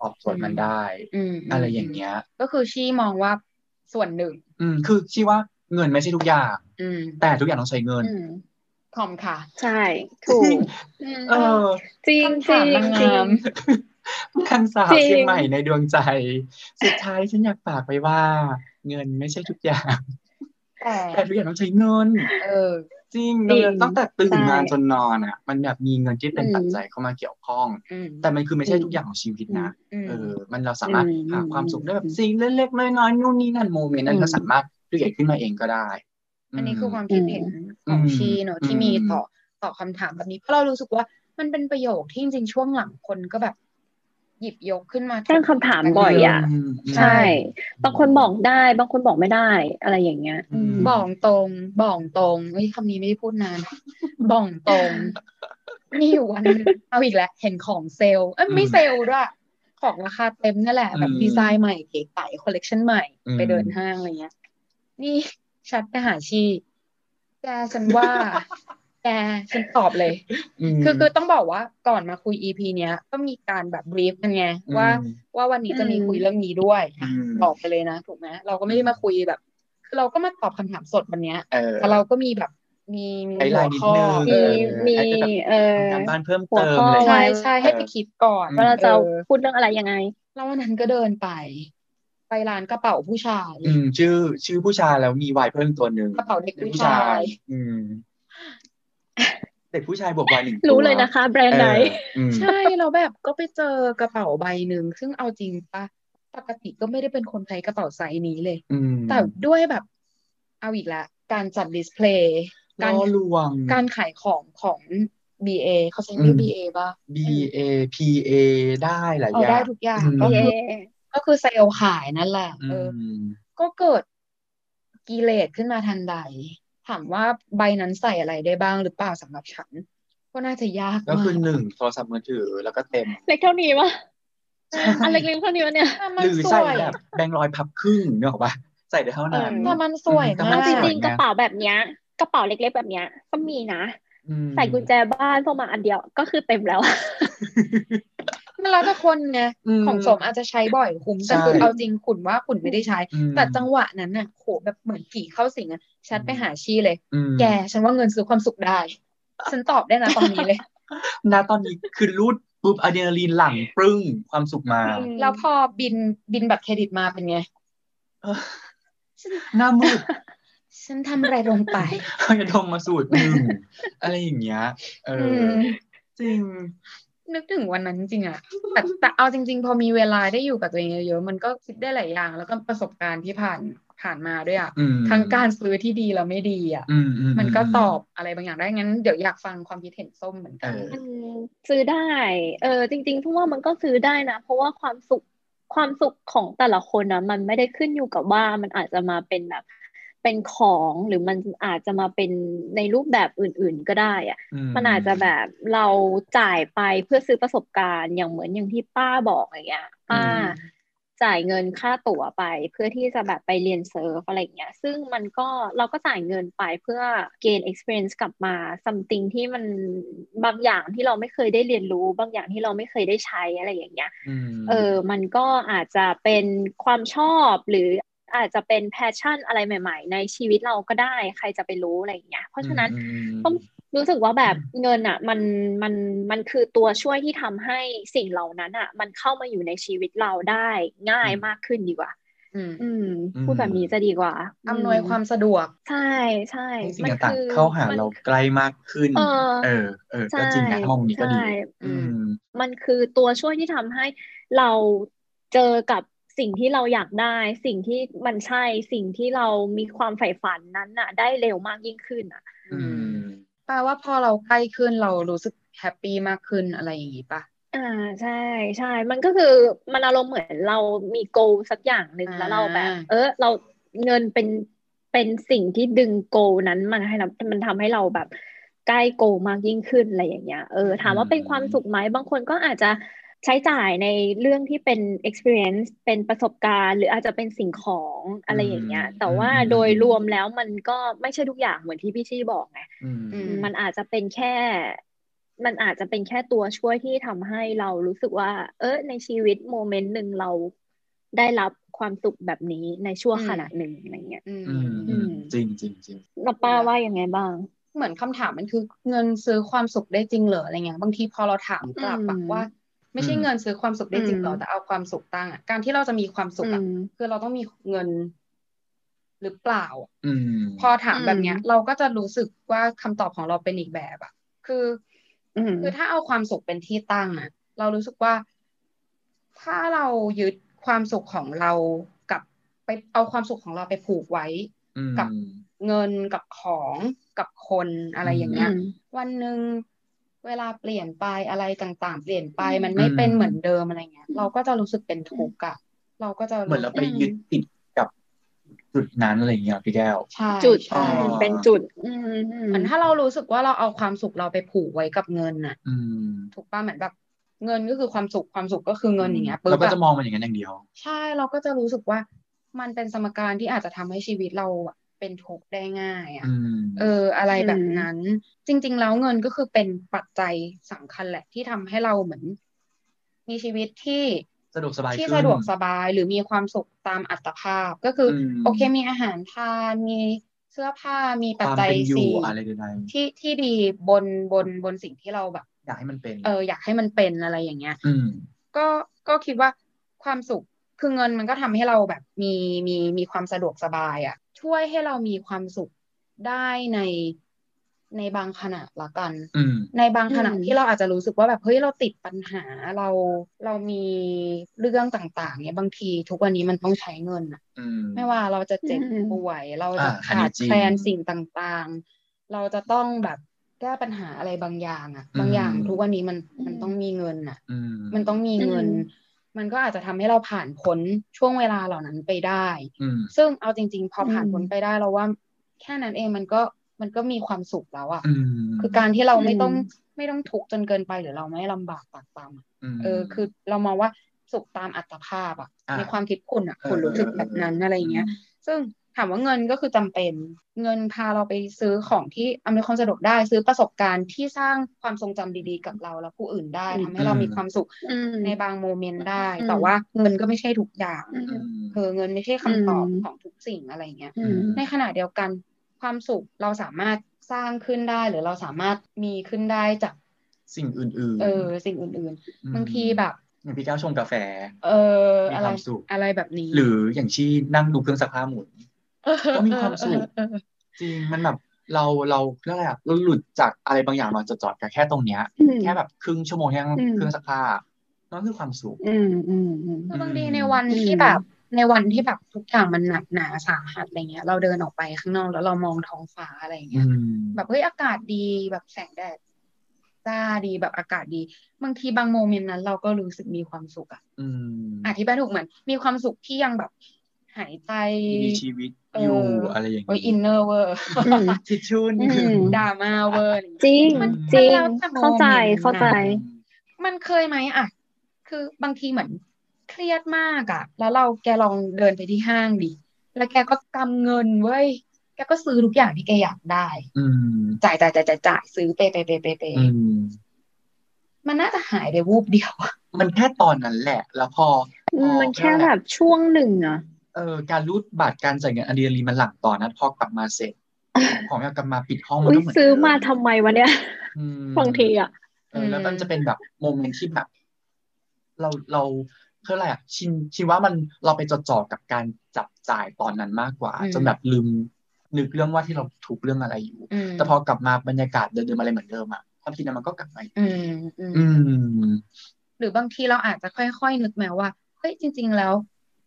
ออกส่วนมันได้ อืม อะไรอย่างเงี้ย ก็คือชี้มองว่าส่วนหนึ่ง อืม คือชี้ว่าเงินไม่ใช่ทุกอย่าง อืม แต่ทุกอย่างต้องใช้เงิน อืมขอมค่ะ ใช่ ถูก เออ จริง คำ จริ ถาม ง นาง จริ งาง ม นางสาว จริง เชียงใหม่ในดวงใจ สุดท้ายฉันอยากฝากไว้ว่า เงินไม่ใช่ทุกอย่าง แต่ แต่ทุกอย่างต้องใช้เงิน เออ จริง จริง เลยตั้งแต่ตื่น ใช่ มาจนนอนอ่ะ มันแบบมีเงินที่เป็น อืม ปัจจัยเข้ามาเกี่ยวข้อง อืม แต่มันคือไม่ใช่ทุกอย่างของชีวิตนะ อืม เออ มันเราสามารถ อืม หาความสุขได้แบ อื บ ม สิ่งเล็กๆน้อยๆนู่นนี่นั่นโมเมนต์นั้ อื น ม ก็สามารถเรียกขึ้นมาเองก็ได้ อันนี้คือความคิดเห็นของ อืม ชีเนอะ อืม ที่มีต่อต่อคำถามแบบนี้เพราะเรารู้สึกว่ามันเป็นประโยคที่จริงๆช่วงหลังคนก็แบบ หยิบยกขึ้นมา ตั้งคำถามบ่อยอะ ม ใช่ บางคนบอกได้ บางคนบอกไม่ได้ อะไรอย่างเงี้ย อืม บ่องตรงบ่องตรงเฮ้ยคำนี้ไม่ได้พูดน *laughs* านบ่องตรงมีอยู่วันหนึงเอาอีกแล้วเห็นของเซลล์เอ้ยไม่เซลล์ด้วยของราคาเต็มนั่นแหละ แบบดีไซน์ใหม่เก๋ไก๋คอลเลกชันใหม่ไปเดินห้างอะไรเงี้ย นี่ชัดไปหาชีแกฉันว่า *laughs* แกฉันตอบเลย ม คือคือต้องบอกว่าก่อนมาคุย EP เนี้ยก็มีการแบบบรีฟกันไงว่าว่าวันนี้จะมี อืม คุยเรื่องนี้ด้วย อืม บอกไปเลยนะถูกไหมเราก็ไม่ได้มาคุยแบบ คือเราก็มาตอบคำถามสดวันเนี้ย เออ แต่เราก็มีแบบมีมี ไกด์ไลน์นิดนึง เอ มี อ มี ให้แบบ เออ ทำการบ้านเพิ่มเติมอะไรอย่าง ใช่ เงี้ย ใช่ให้ไปคิดก่อน อืม ว่าเราจะ เออ พูดเรื่องอะไรยังไง แล้ววันนั้นก็เดินไป ไปร้านกระเป๋าผู้ชาย อืม ชื่อชื่อผู้ชายแล้วมีวายเพิ่มตัวหนึ่ง กระเป๋าเด็ก เด็ก ผู้ ผู้ ชา ชาย ย อื *laughs* ม เด็กผู้ชายบวกวายหนึ่งตัว รู้เลยนะคะ แบรนด์ไหน เอออืม ใช่เราแบบก็ไปเจอกระเป๋าใบหนึ่งซึ่งเอาจริงปะปกติก็ไม่ได้เป็นคนใช้กระเป๋าไซส์นี้เลย อืม แต่ด้วยแบบเอาอีกละการจัดดิสเพลย์การ ล่อลวง การขายของของ BA เขาใช้เรียก อืม BA ป่ะ B A P A ได้หลาย เอา อย่า ได้ ง ทุกอย่าง อืม ก็ เย่ คือก็คือเซลล์ขายนั่นแหละ อื เออ ม ก็เกิดกิเลสขึ้นมาทันใด ถามว่าใบนั้นใส่อะไรได้บ้างหรือเปล่าสำหรับฉัน ก็น่าจะยาก ก็ มา คือก หนึ่งโทรศัพท์มือถือแล้วก็เต็ม เล็กเท่านี้วะอันเล็กๆเท่านี้วะเนี่ย แต่ ห มัน รือ ส ใส่ วย แบบแบงค์ร้อยพับครึ่งเนกออกปะใส่ได้เท่านั้เออนแต่มันสวย แต่ มา มัน ก จ สวย ริงๆกระเป๋าแบบเนี้ย กระเป๋าเล็กๆแบบเนี้ย ก็มีนะ อืม ใส่กุญแจบ้านพวกมาอันเดียวก็คือเต็มแล้วอะ มันแล้วแต่คนไง ม ของสมอาจจะใช้บ่อยคุ้มแต่ ใช่ คือเอาจริงขุนว่าขุนไม่ได้ใช้ อืม แต่จังหวะนั้นน่ะโหแบบเหมือนผีเข้าสิงอ่ะชัดไปหาชีเลย อืม แกฉันว่าเงินซื้อความสุขได้ ฉันตอบได้นะตอนนี้ *laughs* เลย ณตอนนี้คือรูดปุ๊บอะดรีนาลีนหลั่งปรึ้งความสุขมา อืม แล้วพอบินบินบัตรเครดิตมาเป็นไง เออหน้ามืด ฉันทำอะไรลงไป เอายาดมมาสูดหนึ่งอะไรอย่างเงี้ยเออ ม อจริง นึกถึงวันนั้นจริงอ่ะแต่แต่เอาจริง ๆ พอมีเวลาได้อยู่กับตัวเองเยอะๆมันก็คิดได้หลายอย่าง แล้วก็ประสบการณ์ที่ผ่านผ่านมาด้วยอ่ะ อืม ทั้งการซื้อที่ดีแล้วไม่ดีอ่ะ อืมอื มันก็ตอบอะไรบางอย่างได้งั้นเดี๋ยวอยากฟังความคิดเห็นส้มเหมือน เอ กัน อ อืมซื้อได้ เออ จริงๆพวกว่ามันก็ซื้อได้นะ เพราะว่าความสุข ความสุขของแต่ละคนนะมันไม่ได้ขึ้นอยู่กับว่ามันอาจจะมาเป็นแบบ เป็นของหรือมันอาจจะมาเป็นในรูปแบบอื่น ๆ ก็ได้อะ มันอาจจะแบบเราจ่ายไปเพื่อซื้อประสบการณ์อย่างเหมือนอย่างที่ป้าบอกอย่างเงี้ยป้า อืม จ่ายเงินค่าตั๋วไป เพื่อที่จะแบบไปเรียนเซิร์ฟอะไรอย่างเงี้ย ซึ่งมันก็เราก็จ่ายเงินไปเพื่อ gain experience กลับมา something ที่มันบางอย่างที่เราไม่เคยได้เรียนรู้ บางอย่างที่เราไม่เคยได้ใช้อะไรอย่างเงี้ย ม เออ มันก็อาจจะเป็นความชอบหรืออาจจะเป็นแพชชั่นอะไรใหม่ ๆ ในชีวิตเราก็ได้ใครจะไปรู้อะไรอย่างเงี้ย เพราะฉะนั้น อืม ต้องรู้สึกว่าแบบเงินอ่ะ มันมันมันคือตัวช่วยที่ทำให้สิ่งเหล่านั้นอ่ะ มันเข้ามาอยู่ในชีวิตเราได้ง่าย อืม มากขึ้นดีกว่า อืม อืม อืม พูดแบบนี้จะดีกว่า อำนวยความสะดวก ใช่ใช่ ให้สิ่ มัน งต่าง คือ ๆเข้าหาเรา น ใกล้มากขึ้น เออ เออ เออ ใช่ ก็จริงนะถ้ามองมุมนี้ก็ดี ใช่ อืม มันคือตัวช่วยที่ทำให้เราเจอกับสิ่งที่เราอยากได้ สิ่งที่มันใช่สิ่งที่เรามีความใฝ่ฝันนั้นน่ะ ได้เร็วมากยิ่งขึ้นอ่ะ อืม แปลว่าพอเราใกล้ขึ้นเรารู้สึกแฮปปี้มากขึ้นอะไรอย่างนี้ปะ อ่าใช่ใช่ มันก็คือมันอารมณ์เหมือนเรามี goal สักอย่างหนึ่ง อ่า แล้วเราแบบ เออเราเงินเป็นเป็นสิ่งที่ดึง goal นั้นมันให้เรามันทำให้เราแบบใกล้ goal มากยิ่งขึ้นอะไรอย่างเงี้ยเออถามว่าเป็นความสุขไหมบางคนก็อาจจะใช้จ่ายในเรื่องที่เป็น experience เป็นประสบการณ์ หรืออาจจะเป็นสิ่งของอะไรอย่างเงี้ย อืม แต่ว่า อืม โดยรวมแล้วมันก็ไม่ใช่ทุกอย่างเหมือนที่พี่ชี่บอกไง อืม อืม มันอาจจะเป็นแค่ มันอาจจะเป็นแค่ตัวช่วยที่ทำให้เรารู้สึกว่า เออในชีวิตโมเมนต์หนึ่งเราได้รับความสุขแบบนี้ในช่วง อืม ขณะหนึ่งอะไรเงี้ย อืม อืมอืมจริงจริงจริง น้าป้าว่ายังไงบ้าง เหมือนคำถามมันคือเงินซื้อความสุขได้จริงเหรออะไรเงี้ยบางทีพอเราถามกลับอะ อืม ว่า ไม่ใช่ อืม เงินซื้อความสุขได้จริงเหรอ อืม แต่เอาความสุขตั้งอะการที่เราจะมีความสุขอะ อืม คือเราต้องมีเงินหรือเปล่า อืม พอถามแบบเนี้ย อืม เราก็จะรู้สึกว่าคำตอบของเราเป็นอีกแบบอะคือ อืม คือถ้าเอาความสุขเป็นที่ตั้งนะเรารู้สึกว่า ถ้าเรายึดความสุขของเรากับไปเอาความสุขของเราไปผูกไว้ กับ เงินกับของกับคนอะไรอย่างเงี้ย วันหนึ่งเวลาเปลี่ยนไปอะไรต่างๆ เปลี่ยนไป อืม มันไม่เป็น อืม เหมือนเดิมอะไรเงี้ย อืม เราก็จะรู้สึกเป็นทุกข์อะเราก็จะ เหมือนเราไป สึก ยึดติดกับจุดนั้นอะไรอย่างเงี้ยพี่แก้ว ใช่ จุด ใช่ อ๋อ เป็นจุด อืมอืม เหมือนถ้าเรารู้สึกว่าเราเอาความสุขเราไปผูกไว้กับเงินน่ะ อืม ถูกป่ะเหมือนแบบ เงินก็คือความสุขความสุขก็คือเงินอย่างเงี้ยปุ๊ เรา บ ก็ อะ จะมองมันอย่างนั้นอย่างเดียว ใช่เราก็จะรู้สึกว่ามันเป็นสมการที่อาจจะทำให้ชีวิตเราอะเป็นทุกข์ได้ง่ายอ่ะ อืม เออ อะไรแบบนั้น จริง ๆ แล้วเงินก็คือเป็นปัจจัยสำคัญแหละที่ทำให้เราเหมือน มีชีวิตที่ สะดวกสบาย ที่ ขึ้น สะดวกสบายหรือมีความสุขตามอัตภาพก็คืออ ม โอเคมีอาหารทานมีเสื้อผ้ามี ค ปัจ วาม จัย เป็นอยู่ สี่ อะไรใด ที่ที่ดีบนบนบนสิ่งที่เราแบบ ๆอยากให้มันเป็น เอออยากให้มันเป็นอะไรอย่างเงี้ย อืม ก็ก็คิดว่าความสุขคือเงินมันก็ทำให้เราแบบมีมีมีความสะดวกสบายอะ่ะ ช่วยให้เรามีความสุขได้ในในบางขณะละกัน อืม ในบางขณะที่เราอาจจะรู้สึกว่าแบบเฮ้ยเราติดปัญหาเราเรามีเรื่องต่างๆเนี่ยบางทีทุกวันนี้มันต้องใช้เงินอะ อืม ไม่ว่าเราจะเจ็บป่วย เราจะ อ่าอันนี้ ขาด จริง แคลนสิ่งต่างๆ เราจะต้องแบบแก้ปัญหาอะไรบางอย่างอะบางอย่าง ทุกวันนี้มันมันต้องมีเงินอะ อืม มันต้องมีเงิน มันก็อาจจะทำให้เราผ่านพ้นช่วงเวลาเหล่านั้นไปได้ อืม ซึ่งเอาจริง ๆ พอผ่านพ้นไปได้เราว่า แค่นั้นเองมันก็มันก็มีความสุขแล้วอะ อืม คือการที่เราไม่ต้องไม่ต้องทุกข์จนเกินไปหรือเราไม่ลำบากปากตามอะ ม เออ คือเรามองว่าสุขตามอัตภาพอะ อ่า ในความคิดคุณอะคุณรู้สึกแบบนั้นอะไรอย่างเงี้ย ซึ่งถามว่าเงินก็คือจำเป็นเงินพาเราไปซื้อของที่อำนวยความสะดวกได้ซื้อประสบการณ์ที่สร้างความทรงจำดีๆ กับเราและผู้อื่นได้ อืม ทำให้เรามีความสุข อืม ในบางโมเมนต์ได้ อืม แต่ว่าเงินก็ไม่ใช่ทุกอย่าง อื อื ม ม เออเงินไม่ใช่คำตอบ อืม ของทุกสิ่งอะไรเงี้ย อืม ในขณะเดียวกันความสุขเราสามารถสร้างขึ้นได้ หรือเราสามารถมีขึ้นได้จาก สิ่งอื่นๆ เออสิ่งอื่น ม ๆ บางทีแบบ อย่างพี่แก้วชงกาแฟ เออ มี อะไร ความสุข อะไรแบบนี้ หรืออย่างที่นั่งดูเครื่องซักผ้าหมุน ก็มีความสุข เออเออเออ จริงมันแบบเราเราเรียกอะไรอะเราหลุดจากอะไรบางอย่างมาจดจ่อกับแค่ตรงเนี้ย แค่แบบครึ่งชั่วโมงแค่ อืม เครื่องซักผ้านั่นคือความสุข อืมอืมอืม คือบางทีในวันที่ อืม แบบ ในวันที่แบบทุกอย่างมันหนักหนาสาหัสอะไรเงี้ย เราเดินออกไปข้างนอกแล้วเรามองท้องฟ้าอะไรเงี้ อื ย ม แบบเฮ้ยอากาศดีแบบแสงแดดจ้าดีแบบอากาศดี บางทีบางโมเมนต์นั้น เราก็รู้สึกมีความสุขอะ อืม อธิบายถูกเหมือน มีความสุขที่ยังแบบ หายใจ มีชีวิต เออ อ อ ยู่อะไรอย่าง โอ้ยอินเนอร์เวอร์ อืม ทิชชู่นี่คือ ม *laughs* ดราม่าเวอร์อะไรอย่างเงี้ย จริง มัน จริง มันแล้วแต่ เข้าใจ moment นะ เข้าใจ อ มันเคยไหมอะคือบางทีเหมือนเครียดมากอะแล้วเราแกลองเดินไปที่ห้างดิ แล้วแกก็กำเงินเว้ย แกก็ซื้อทุกอย่างที่แกอยากได้ อืม จ่ายจ่ายจ่ายจ่ายจ่ายซื้อเปย์เปย์เปย์เปย์เปย์ อืม มันน่าจะหายไปวูบเดียวอะ มันแค่ตอนนั้นแหละ แล้วพอ อืมมันแค่แบบช่วงหนึ่งอะ เออการรูดบัตรการจ่ายเงินอะดรีนาลีนมันหลังต่อนนั้นพอกลับมาเสร็จ ของอยากกลับมาปิดห้องมัน อุ้ย ก็เหมือน ซื้อ เดิ มาทำไมวะเนี่ย อืม บางทีอ่ะ เออแล้วมันจะเป็นแบบโมเมนต์ที่แบบ เราเราคืออะไรอ่ะชินชินว่ามันเราไปจดจ่อกับการจับจ่ายตอนนั้นมากกว่า จนแบบลืมนึกเรื่องว่าที่เราถูกเรื่องอะไรอยู่ อืม แต่พอกลับมาบรรยากาศเดิมๆอะไรเหมือนเดิมอ่ะความคิดนั้นมันก็กลับมาอีก อืมอืม อืม หรือบางทีเราอาจจะค่อยๆนึกแม้ว่าเฮ้ยจริง ๆ แล้ว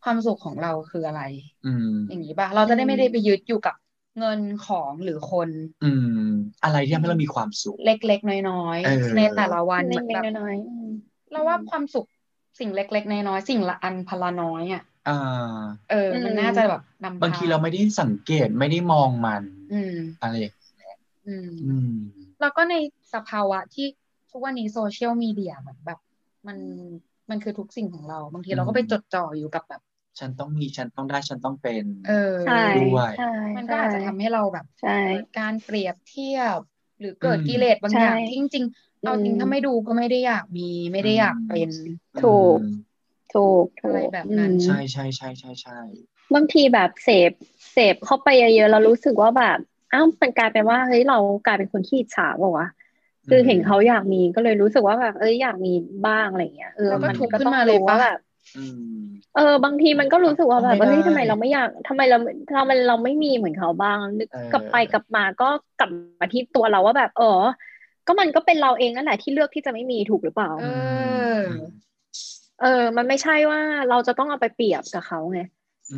ความสุขของเราคืออะไร อืม อย่างนี้ป่ะเราจะได้ไม่ได้ไปยึดอยู่กับเงินของหรือคน อืม อะไรที่ทำให้เรามีความสุข เล็กๆ น้อย เออ ๆในแต่ละวัน เล็กๆ เหมือนแบบ น้อยๆอืม เราว่าความสุขสิ่งเล็กๆน้อยๆสิ่งละอันพนละน้อยอ่ะ อ่า เอออ ม มันน่าจะแบบนำ บางทีเราไม่ได้สังเกตไม่ได้มองมัน อืม อะไรอย่าง อืม อืม แล้วก็ในสภาวะที่ทุกวันนี้โซเชียลมีเดียเหมือนแบบ มันมันคือทุกสิ่งของเรา บางทีเราก็ไปจดจ่ออยู่กับแบบ ฉันต้องมีฉันต้องได้ฉันต้องเป็น เออ ใช่ ด้วย ใช่ มันก็อาจจะทำให้เราแบบ ใช่ เกิดการเปรียบเทียบ หรือเกิด อืม กิเลสบางอย่าง ใช่ ที่จริงๆเอาจริง อืม ถ้าไม่ดูก็ไม่ได้อยากมีไม่ได้อยากเป็น ถูก อืม ถูกถู อะไร ก แบบนั้น อืม ใช่ใช่ใช่ใช่ใช่ บางทีแบบเสพเสพเข้าไปเยอะๆเรารู้สึกว่าแบบอ้าวมันกลายเป็นว่าเฮ้ยเรากลายเป็นคนขี้อิจฉาเปล่าวะคือเห็นเขาอยากมีก็เลยรู้สึกว่าแบบเอ้ยอยากมีบ้างอะไรอย่างเงี้ยเออ แล้วก็ มัน ทุกข์ ก็ ขึ้น ต้อง มาเลย รู้ว่า ปะ แบบ อืม เออบางทีมันก็รู้สึกว่าแบบ ทำไม่ได้ เฮ้ยทำไมเราไม่อยากทำไมเราทำไมเราไม่มีเหมือนเขาบ้างนึก เออ กลับไปกลับมาก็กลับมาที่ตัวเราว่าแบบเออ ก็มันก็เป็นเราเองนั่นแหละที่เลือกที่จะไม่มีถูกหรือเปล่า เออ เออ มันไม่ใช่ว่าเราจะต้องเอาไปเปรียบกับเขาไง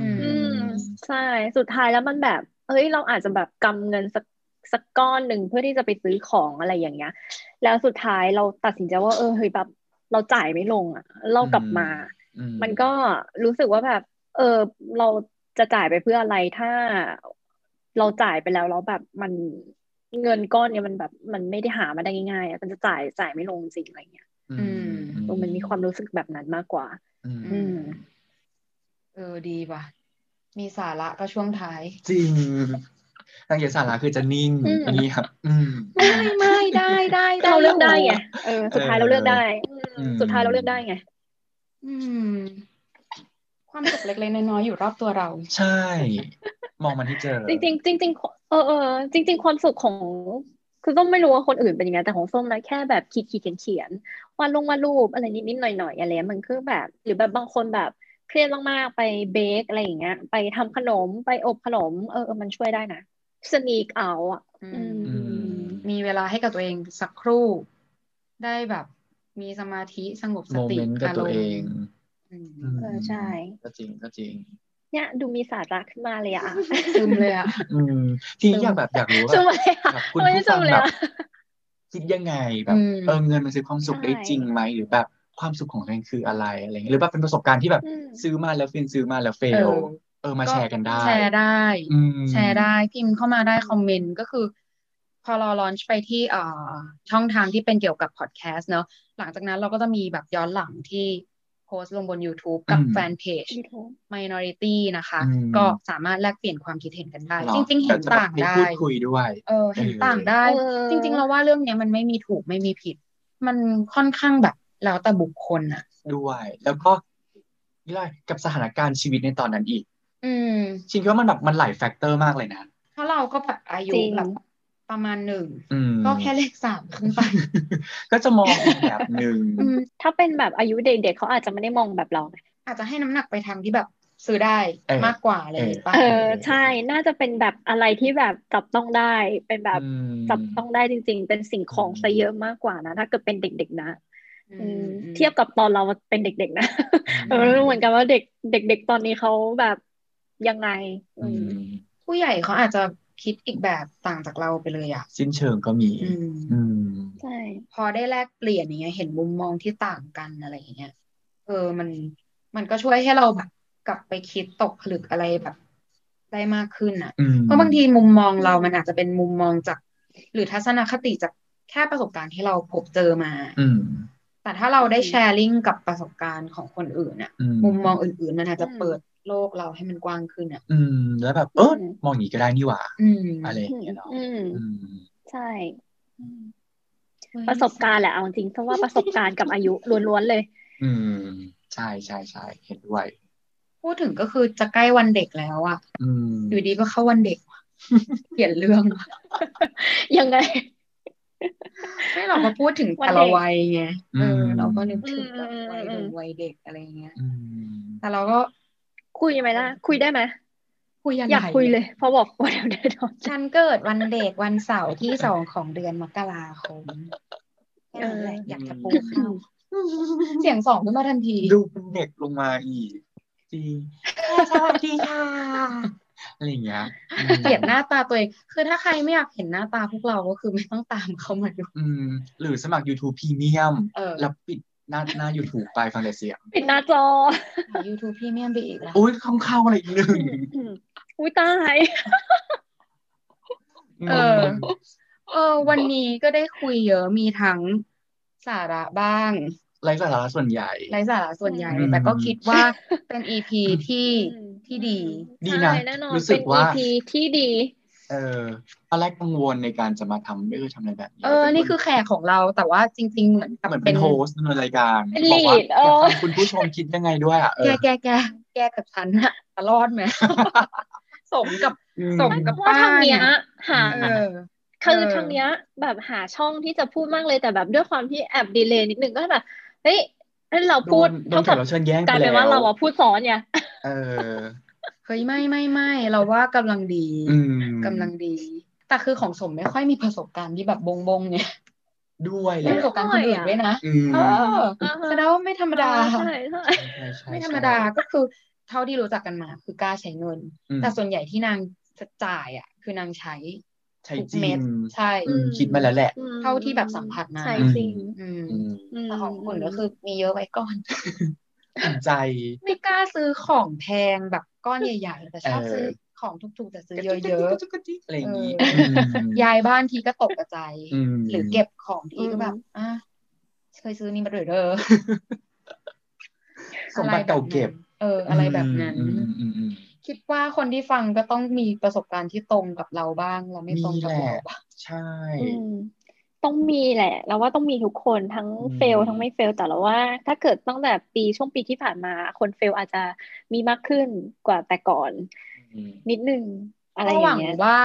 อืม อื อืม ใช่สุดท้ายแล้วมันแบบเฮ้ยเราอาจจะแบบกำเงินสักสักก้อนหนึ่งเพื่อที่จะไปซื้อของอะไรอย่างเงี้ย แล้วสุดท้ายเราตัดสินใจว่าเออเฮ้ยแบบเราจ่ายไม่ลงอ่ะ เรากลับมา อื มันก็รู้สึกว่าแบบ เออ เราจะจ่ายไปเพื่ออะไรถ้าเราจ่ายไปแล้วแล้วแบบมันเงินก้อนเนี่ยมันแบบ มันไม่ได้หามาได้ง่ายๆอะมันจะจ่ายจ่ายไม่ลงจริงอะไรเงี้ย อืม เออมันมีความรู้สึกแบบนั้นมากกว่า อืม อืม เออดีว่ะ มีสาระก็ช่วงท้าย จริงนางเอกสาระคือจะนิ่ง อืม เงียบอืม ไม่ไม่ได้ได้ได้ เราเลือกได้ไงเออ สุดท้าย เออ เราเลือกได้ อื อืม ม สุดท้ายเราเลือกได้ไง อืม ความสุขเล็กๆน้อยๆอยู่รอบตัวเรา ใช่ มองมันให้เจอ จริงๆจริงๆเออเออจริง ๆ ความสุขของ คือส้มไม่รู้ว่าคนอื่นเป็นยังไงแต่ของส้มนะแค่แบบขีดขีดเขียนเขียนวาดลงวาดรูปอะไรนิดนิดหน่อยหน่อยๆอะไรเงี้ยมันคือแบบ หรือแบบบางคนแบบเครียดมากๆไปเบคอะไรอย่างเงี้ย ไปทำขนมไปอบขนม เออเออมันช่วยได้นะสนีกเอาอ่ะ อื อื ม ม อืม มีเวลาให้กับตัวเองสักครู่ ได้แบบ มีสมาธิสงบส โม ติ เมนต์กับ อา ตัว ร เอ ม ง ณ์อืม ม เออใช่ ก็จริงก็จริง เนี่ยดูมีสาระขึ้นมาเลยอ่ะ ซึมเลยอะ อืมทีนี้อยากแบบอยากรู้ว่า *laughs* จุ๊บเลยอ่ะ แบบคุณ ทำไม ผู้ จุ๊ ฟั บ ง เลย แบบ อ่ะ คิดยังไงแบบ อืม เออเงินมันซื้อความสุขได้ ใช่ จริงไหมหรือแบบความสุขของตัวเองคืออะไรอะไรเงี้ยหรือว่าเป็นประสบการณ์ที่แบบ อืม ซื้อมาแล้วฟินซื้อมาแล้วเฟ เอ ล อ เออมาแชร์กันได้ แชร์ได้ อืม แชร์ได้พิมพ์เข้ามาได้คอมเมนต์ก็คือ พอเราลอนช์ไปที่เอ่อช่องทางที่เป็นเกี่ยวกับพอดแคสต์เนอะหลังจากนั้นเราก็จะมีแบบย้อนหลังที่โพสต์ลงบน YouTube กับแฟนเพจ YouTube Minority นะคะ อืม ก็สามารถแลกเปลี่ยนความคิดเห็นกันได้ เนาะ จริง ๆ เห็น แต่จะแบบ ต่างได้ มีพูดคุยด้วย เออเห็นต่างได้ เออ จริง ๆ เราว่าเรื่องเนี้ยมันไม่มีถูกไม่มีผิด มันค่อนข้างแบบแล้วแต่บุคคลอะ ด้วย แล้วก็นี่เลยกับสถานการณ์ชีวิตในตอนนั้นอีก อืม ชินคิดว่ามันแบบมันหลายแฟกเตอร์มากเลยนะ เพราะเราก็แบบอายุ จริง แบบประมาณหนึ่ง อืม ก็แค่ เลขสามขึ้นไป ก็จะมองอีกแบบหนึ่ง อืม ถ้าเป็นแบบอายุเด็กๆเขาอาจจะไม่ได้มองแบบเราไง อาจจะให้น้ำหนักไปทางที่แบบซื้อได้มากกว่าอะไรอย่างงี้ป่ะ เออใช่น่าจะเป็นแบบอะไรที่แบบจับต้องได้เป็นแบบ อืม จับต้องได้จริง ๆ เป็นสิ่งของ อืม ซะเยอะมากกว่านะ ถ้าเกิดเป็นเด็กๆนะอืม อืม เทียบกับตอนเราเป็นเด็กๆนะเออ *laughs* เหมือนกันว่าเด็กเด็ก ๆ ตอนนี้เขาแบบยังไงอื อื ม ม ผู้ใหญ่เขาอาจจะคิดอีกแบบต่างจากเราไปเลยอ่ะ สิ้นเชิงก็มี อืม อืม ใช่ พอได้แลกเปลี่ยนอย่างเงี้ย เห็นมุมมองที่ต่างกันอะไรอย่างเงี้ย เออมันมันก็ช่วยให้เราแบบ กลับไปคิดตกผลึกอะไรแบบได้มากขึ้นอ่ะ อืม เพราะบางทีมุมมองเรามันอาจจะเป็นมุมมองจาก หรือทัศนคติจากแค่ประสบการณ์ที่เราพบเจอมา อืม แต่ถ้าเราได้แชร์ลิงก์กับประสบการณ์ของคนอื่นอ่ะ อืม มุมมองอื่นๆมันอาจจะเปิดโลกเราให้มันกว้างขึ้นอ่ะ อืมแล้วแบบเออมองอย่างนี้ก็ได้นี่หว่า อืม อะไรอย่างเงี้ยเนาะ อืม อืม ใช่ ประสบการณ์แหละเอาจริงเพราะว่าประสบการณ์กับอายุล้วนๆเลย *laughs* อืม ใช่ใช่ใช่เห็นด้วย พูดถึงก็คือจะใกล้วันเด็กแล้วอ่ะ อืม อยู่ดีก็เข้าวันเด็ก *laughs* ว่ะ เปลี่ยนเรื่องว่ะ ยังไง ไม่เราก็พูดถึง วัน แต่ เด็ ละ ก วัยไงเออเราก็นึกถึง อืมอืม วัยหนุ่ม อืม วัยเด็กอะไรอย่างเงี้ย อืม แต่เราก็ คุยไหมล่ะ คุยได้ไหม คุยอะไร อยากคุยเลยเพอบอกว่าเดี๋ยวได้โดน ฉันเกิดวันเด็กวันเสาร์ที่สองของเดือนมกราคมแค่นั้นแหละอยากจะปูข้าวเสียงสองขึ้นมาทันที ดูเป็นเด็กลงมาอีกจริงสวัสดีค่ะอะไรอย่างเงี้ยอืม เกลียดหน้าตาตัวเองคือถ้าใครไม่อยากเห็นหน้าตาพวกเราก็คือไม่ต้องตามเขามาดู อืม หรือสมัคร YouTube Premium เออ แล้วปิดหน้าหน้า YouTube ไปฟังแต่เสียง ปิดหน้าจอ YouTube พรีเมียมไปอีก *laughs* แล้ว อุ้ยเข้าเข้าอะไรอีกหนึ่ง *laughs* อุ้ยตาย เออ เออ วันนี้ก็ได้คุยเยอะมีทั้งสาระบ้าง ไรสาระส่วนใหญ่ ไร้สาระส่วนใหญ่ อืม แต่ก็คิด *laughs* ว่าเป็น EP ที่ ที่ดี ดีนะ ใช่แน่นอน รู้สึก เป็น ว่า EP ที่ดี เออตอนแรกกังวลในการจะมาทำไม่เคยทำอะไรแบบนี้ เออ นี่คือแขกของเราแต่ว่าจริง ๆ เหมือนกับ เหมือนเป็นโฮสต์ดำเนินรายการ เป็น บอกว่า lead เออ อยากฟังคุณผู้ชมคิดยังไงด้วยอ่ะเอ แก อ แกแกแกกับฉัน *laughs* อะจะรอดไหม สมกับ สม กับ ว่าทางเนี้ย บ้าน หา เออ คือ เออ ทางเนี้ยแบบหาช่องที่จะพูดมากเลยแต่แบบด้วยความที่แอบดีเลย์นิดนึงก็แบบเฮ้ยให้เราพูด โด เท่านกัแขบกรับเชิญแย่ง กลายเป็นว่าเราอะพูดซ้อนเนี่ย เออ เฮ้ยไม่ไม่ไม่เราว่ากำลังดี อืม กำลังดี แต่คือของสมไม่ค่อยมีประสบการณ์ที่แบบบงบงๆเนี่ย ด้วยแห มี ละ ประสบการณ์คนอื่นด้วยนะ อืม เออ อ่าฮะ แสดงว่าไม่ธรรมดา ใช่ใช่ ใช่ใช่ ไม่ธรรมดาก็คือเท่าที่รู้จักกันมา คือกล้าใช้เงิน อืม แต่ส่วนใหญ่ที่นางจะจ่ายอ่ะ คือนางใช้ ใช่ ทุก จริ เม็ด ง ใช่ อืมคิดมาแล้วแหละ อืม เท่าที่แบบสัมผัสมา ใช่จริง อืม อืม อืม แต่ของคุณก็คือมีเยอะไว้ *laughs* ก่อน ภูมิใจ ไม่กล้าซื้อของแพงแบบก้อนใหญ่ๆแต่ชอบ เออ ซื้อของถูกๆแต่ซื้อเยอะ กรจุกกระจิกกระจิกอะไรอย่างนี้ เออ ๆย้ายบ้านทีก็ตกกระจาย อืม หรือเก็บของทีก็แบบอ่ะเคยซื้อนี่มาด้วยเด้อ สมบัติเก่าเก็บ เออ อะไรแบบนั้น อืมอืมอืม คิดว่าคนที่ฟังก็ต้องมีประสบการณ์ที่ตรงกับเราบ้าง เราไม่ตรงกับ มีแห เรา ละ บ้าง ใช่ อืมต้องมีแหละเราว่าต้องมีทุกคนทั้ง อืม เฟลทั้งไม่เฟลแต่เราว่า ถ้าเกิดตั้งแต่ปีช่วงปีที่ผ่านมา คนเฟลอาจจะมีมากขึ้นกว่าแต่ก่อน อืม นิดนึงอะไร ก็ อ หวั ย่าง ง เงี้ย ว่า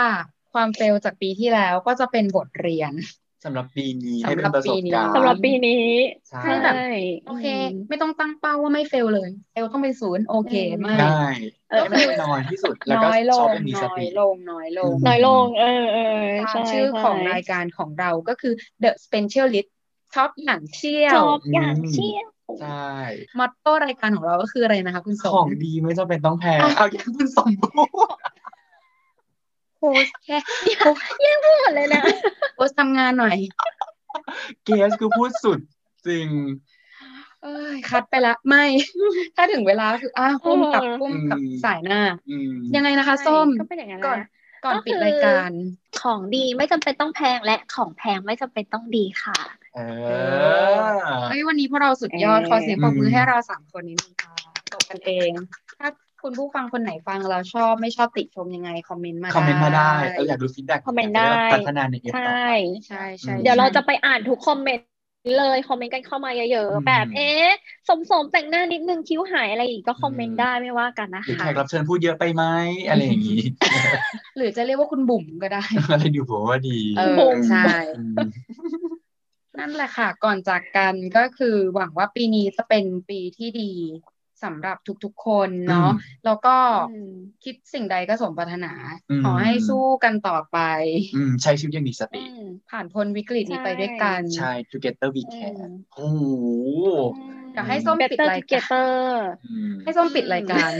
ความเฟลจากปีที่แล้วก็จะเป็นบทเรียน สำหรับปีนี้ สำหรับ ให้เป็นประสบกาปีนี้รณ์สำหรับปีนี้ ใช่ ให้แบบ ใช่ โอเค ไม่ต้องตั้งเป้าว่าไม่เฟลเลยเฟลต้องเป็นศูนย์โอเค อืม ไม่ ได้ เออ ให้มันน้อยที่สุดแล้วก็ น้อยล ชอง บเรื่องนี้สั น้ ก อย ปี ลงน้อยลง น้อยลง เออเออ ตาม ใช่ ชื่อของ ใช่ รายการของเราก็คือ The Specialist ชอบหนังเชี่ย จ ว อบ อืม อย่างเชี่ยว ใช่ มอตโต้รายการของเราก็คืออะไรนะคะ คุณส ขอ ม งดีไม่จำเป็นต้องแพงเอาอย่างคุณสมบูรณ์ โพสแค่ *laughs* หมดเลยนะ โพสทำงานหน่อย เกสคือพูดสุดจริง เอ้ยคัดไปละไม่ *laughs* ถ้าถึงเวลาคืออ้าพุ่มกับ เออ พุ่มกับ อืม สายหน้า อืม ยังไงนะคะ ส้ม ก็เป็นอย่างนั้น ก่อน นะ ก่อน ก็ ปิด คือ รายการ ของดีไม่จำเป็นต้องแพงและของแพงไม่จำเป็นต้องดีค่ะ เออ เอ้ยวันนี้พวกเราสุดยอด เอ่อ ขอเสียงปรบมืออ ม ให้เราสามคนนิดนึงค่ะจบกันเอง ถ้าคุณผู้ฟังคนไหนฟังเราชอบไม่ชอบติชมยังไง คอมเมนต์มา คอมเมนต์มาได้เอออยากดูฟีดแบ็ก คอมเมนต์ได้ พัฒนาในเอฟ ใช ต่อ ่ ใช่ใช่ อืม เดี๋ยวเรา ใช่ จะไปอ่านทุกคอมเมนต์เลยคอมเมนต์กันเข้ามาเยอะ อืม ๆ แบบ เอ๊ะสมสมๆแต่งหน้านิดนึงคิ้วหายอะไรอีกก็คอมเมน อื ต์ ม ได้ไม่ว่ากันนะ หรือ คะ แขกรับเชิญพูดเยอะไปไหมอะไรอย่างนี้ หรือจะเรียกว่าคุณบุ๋มก็ได้ อะไรดูผมว่าดี เออ บุ๋ม ใช่ ม นั่นแหละค่ะ ก่อนจากกันก็คือหวังว่าปีนี้จะเป็นปีที่ดีสำหรับทุกๆคนเนาะ แล้วก็ อืม คิดสิ่งใดก็สมปรารถนา อืม ขอให้สู้กันต่อไป อืมใช้ชีวิตอยังมีสติ ผ่านพ้นวิกฤตนี้ไปด้วยกัน ใช่ together we can อืม โอ้โห เดี๋ยวให้ส้มปิด เตอร์ ราย เก การ เตอร์ อืม ให้ส้มปิดรายการ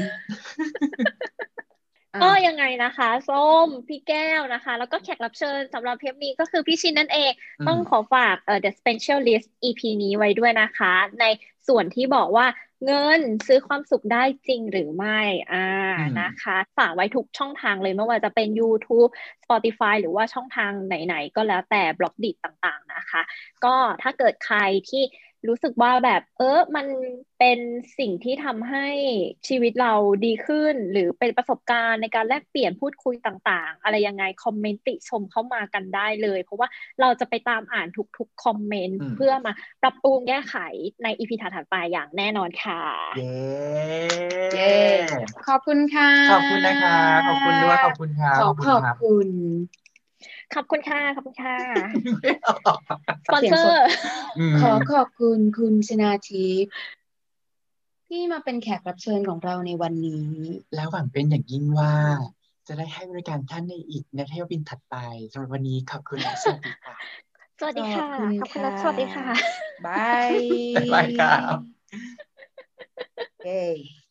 อ่ะ ก็ยังไงนะคะ ส้มพี่แก้วนะคะ แล้วก็แขกรับเชิญสำหรับเทปนี้ก็คือพี่ชินนั่นเอง ต้องขอฝากเอ่อ The Special List EP นี้ไว้ด้วยนะคะ ในส่วนที่บอกว่า เงินซื้อความสุขได้จริงหรือไม่อ่า อืม นะคะ ฝากไว้ทุกช่องทางเลย ไม่ว่าจะเป็น YouTube Spotify หรือว่าช่องทางไหน ๆ ก็แล้วแต่บล็อกดิต่างๆนะคะ ก็ถ้าเกิดใครที่รู้สึกว่าแบบ เออมันเป็นสิ่งที่ทำให้ชีวิตเราดีขึ้น หรือเป็นประสบการณ์ในการแลกเปลี่ยนพูดคุยต่างๆ อะไรยังไงคอมเมนต์ติชมเข้ามากันได้เลย เพราะว่าเราจะไปตามอ่านทุกๆคอมเมนต์ อืม เพื่อมาปรับปรุงแก้ไขในอีพีถัดๆไปอย่างแน่นอนค่ะ เย้ เย้ ขอบคุณค่ะ ขอบคุณนะคะ ขอบคุณด้วย ขอบคุณค่ะ ขอขอบ ครับ คุณ ขอบคุณค่ะ ขอบคุณค่ะ สปอนเซเสียองสด ร์ ขอขอบคุณคุณชนาทิพย์ที่มาเป็นแขกรับเชิญของเราในวันนี้ แล้วหวังเป็นอย่างยิ่งว่า จะได้ให้บริการท่านในอีกในเที่ยวบินถัดไปสำหรับวันนี้ขอบคุณและสวัสดีค่ะ สวัสดีค่ะ ขอบคุณ ขอบคุณและ ค่ะ สวัสดีค่ะ บาย บ๊ายบายครับ เย้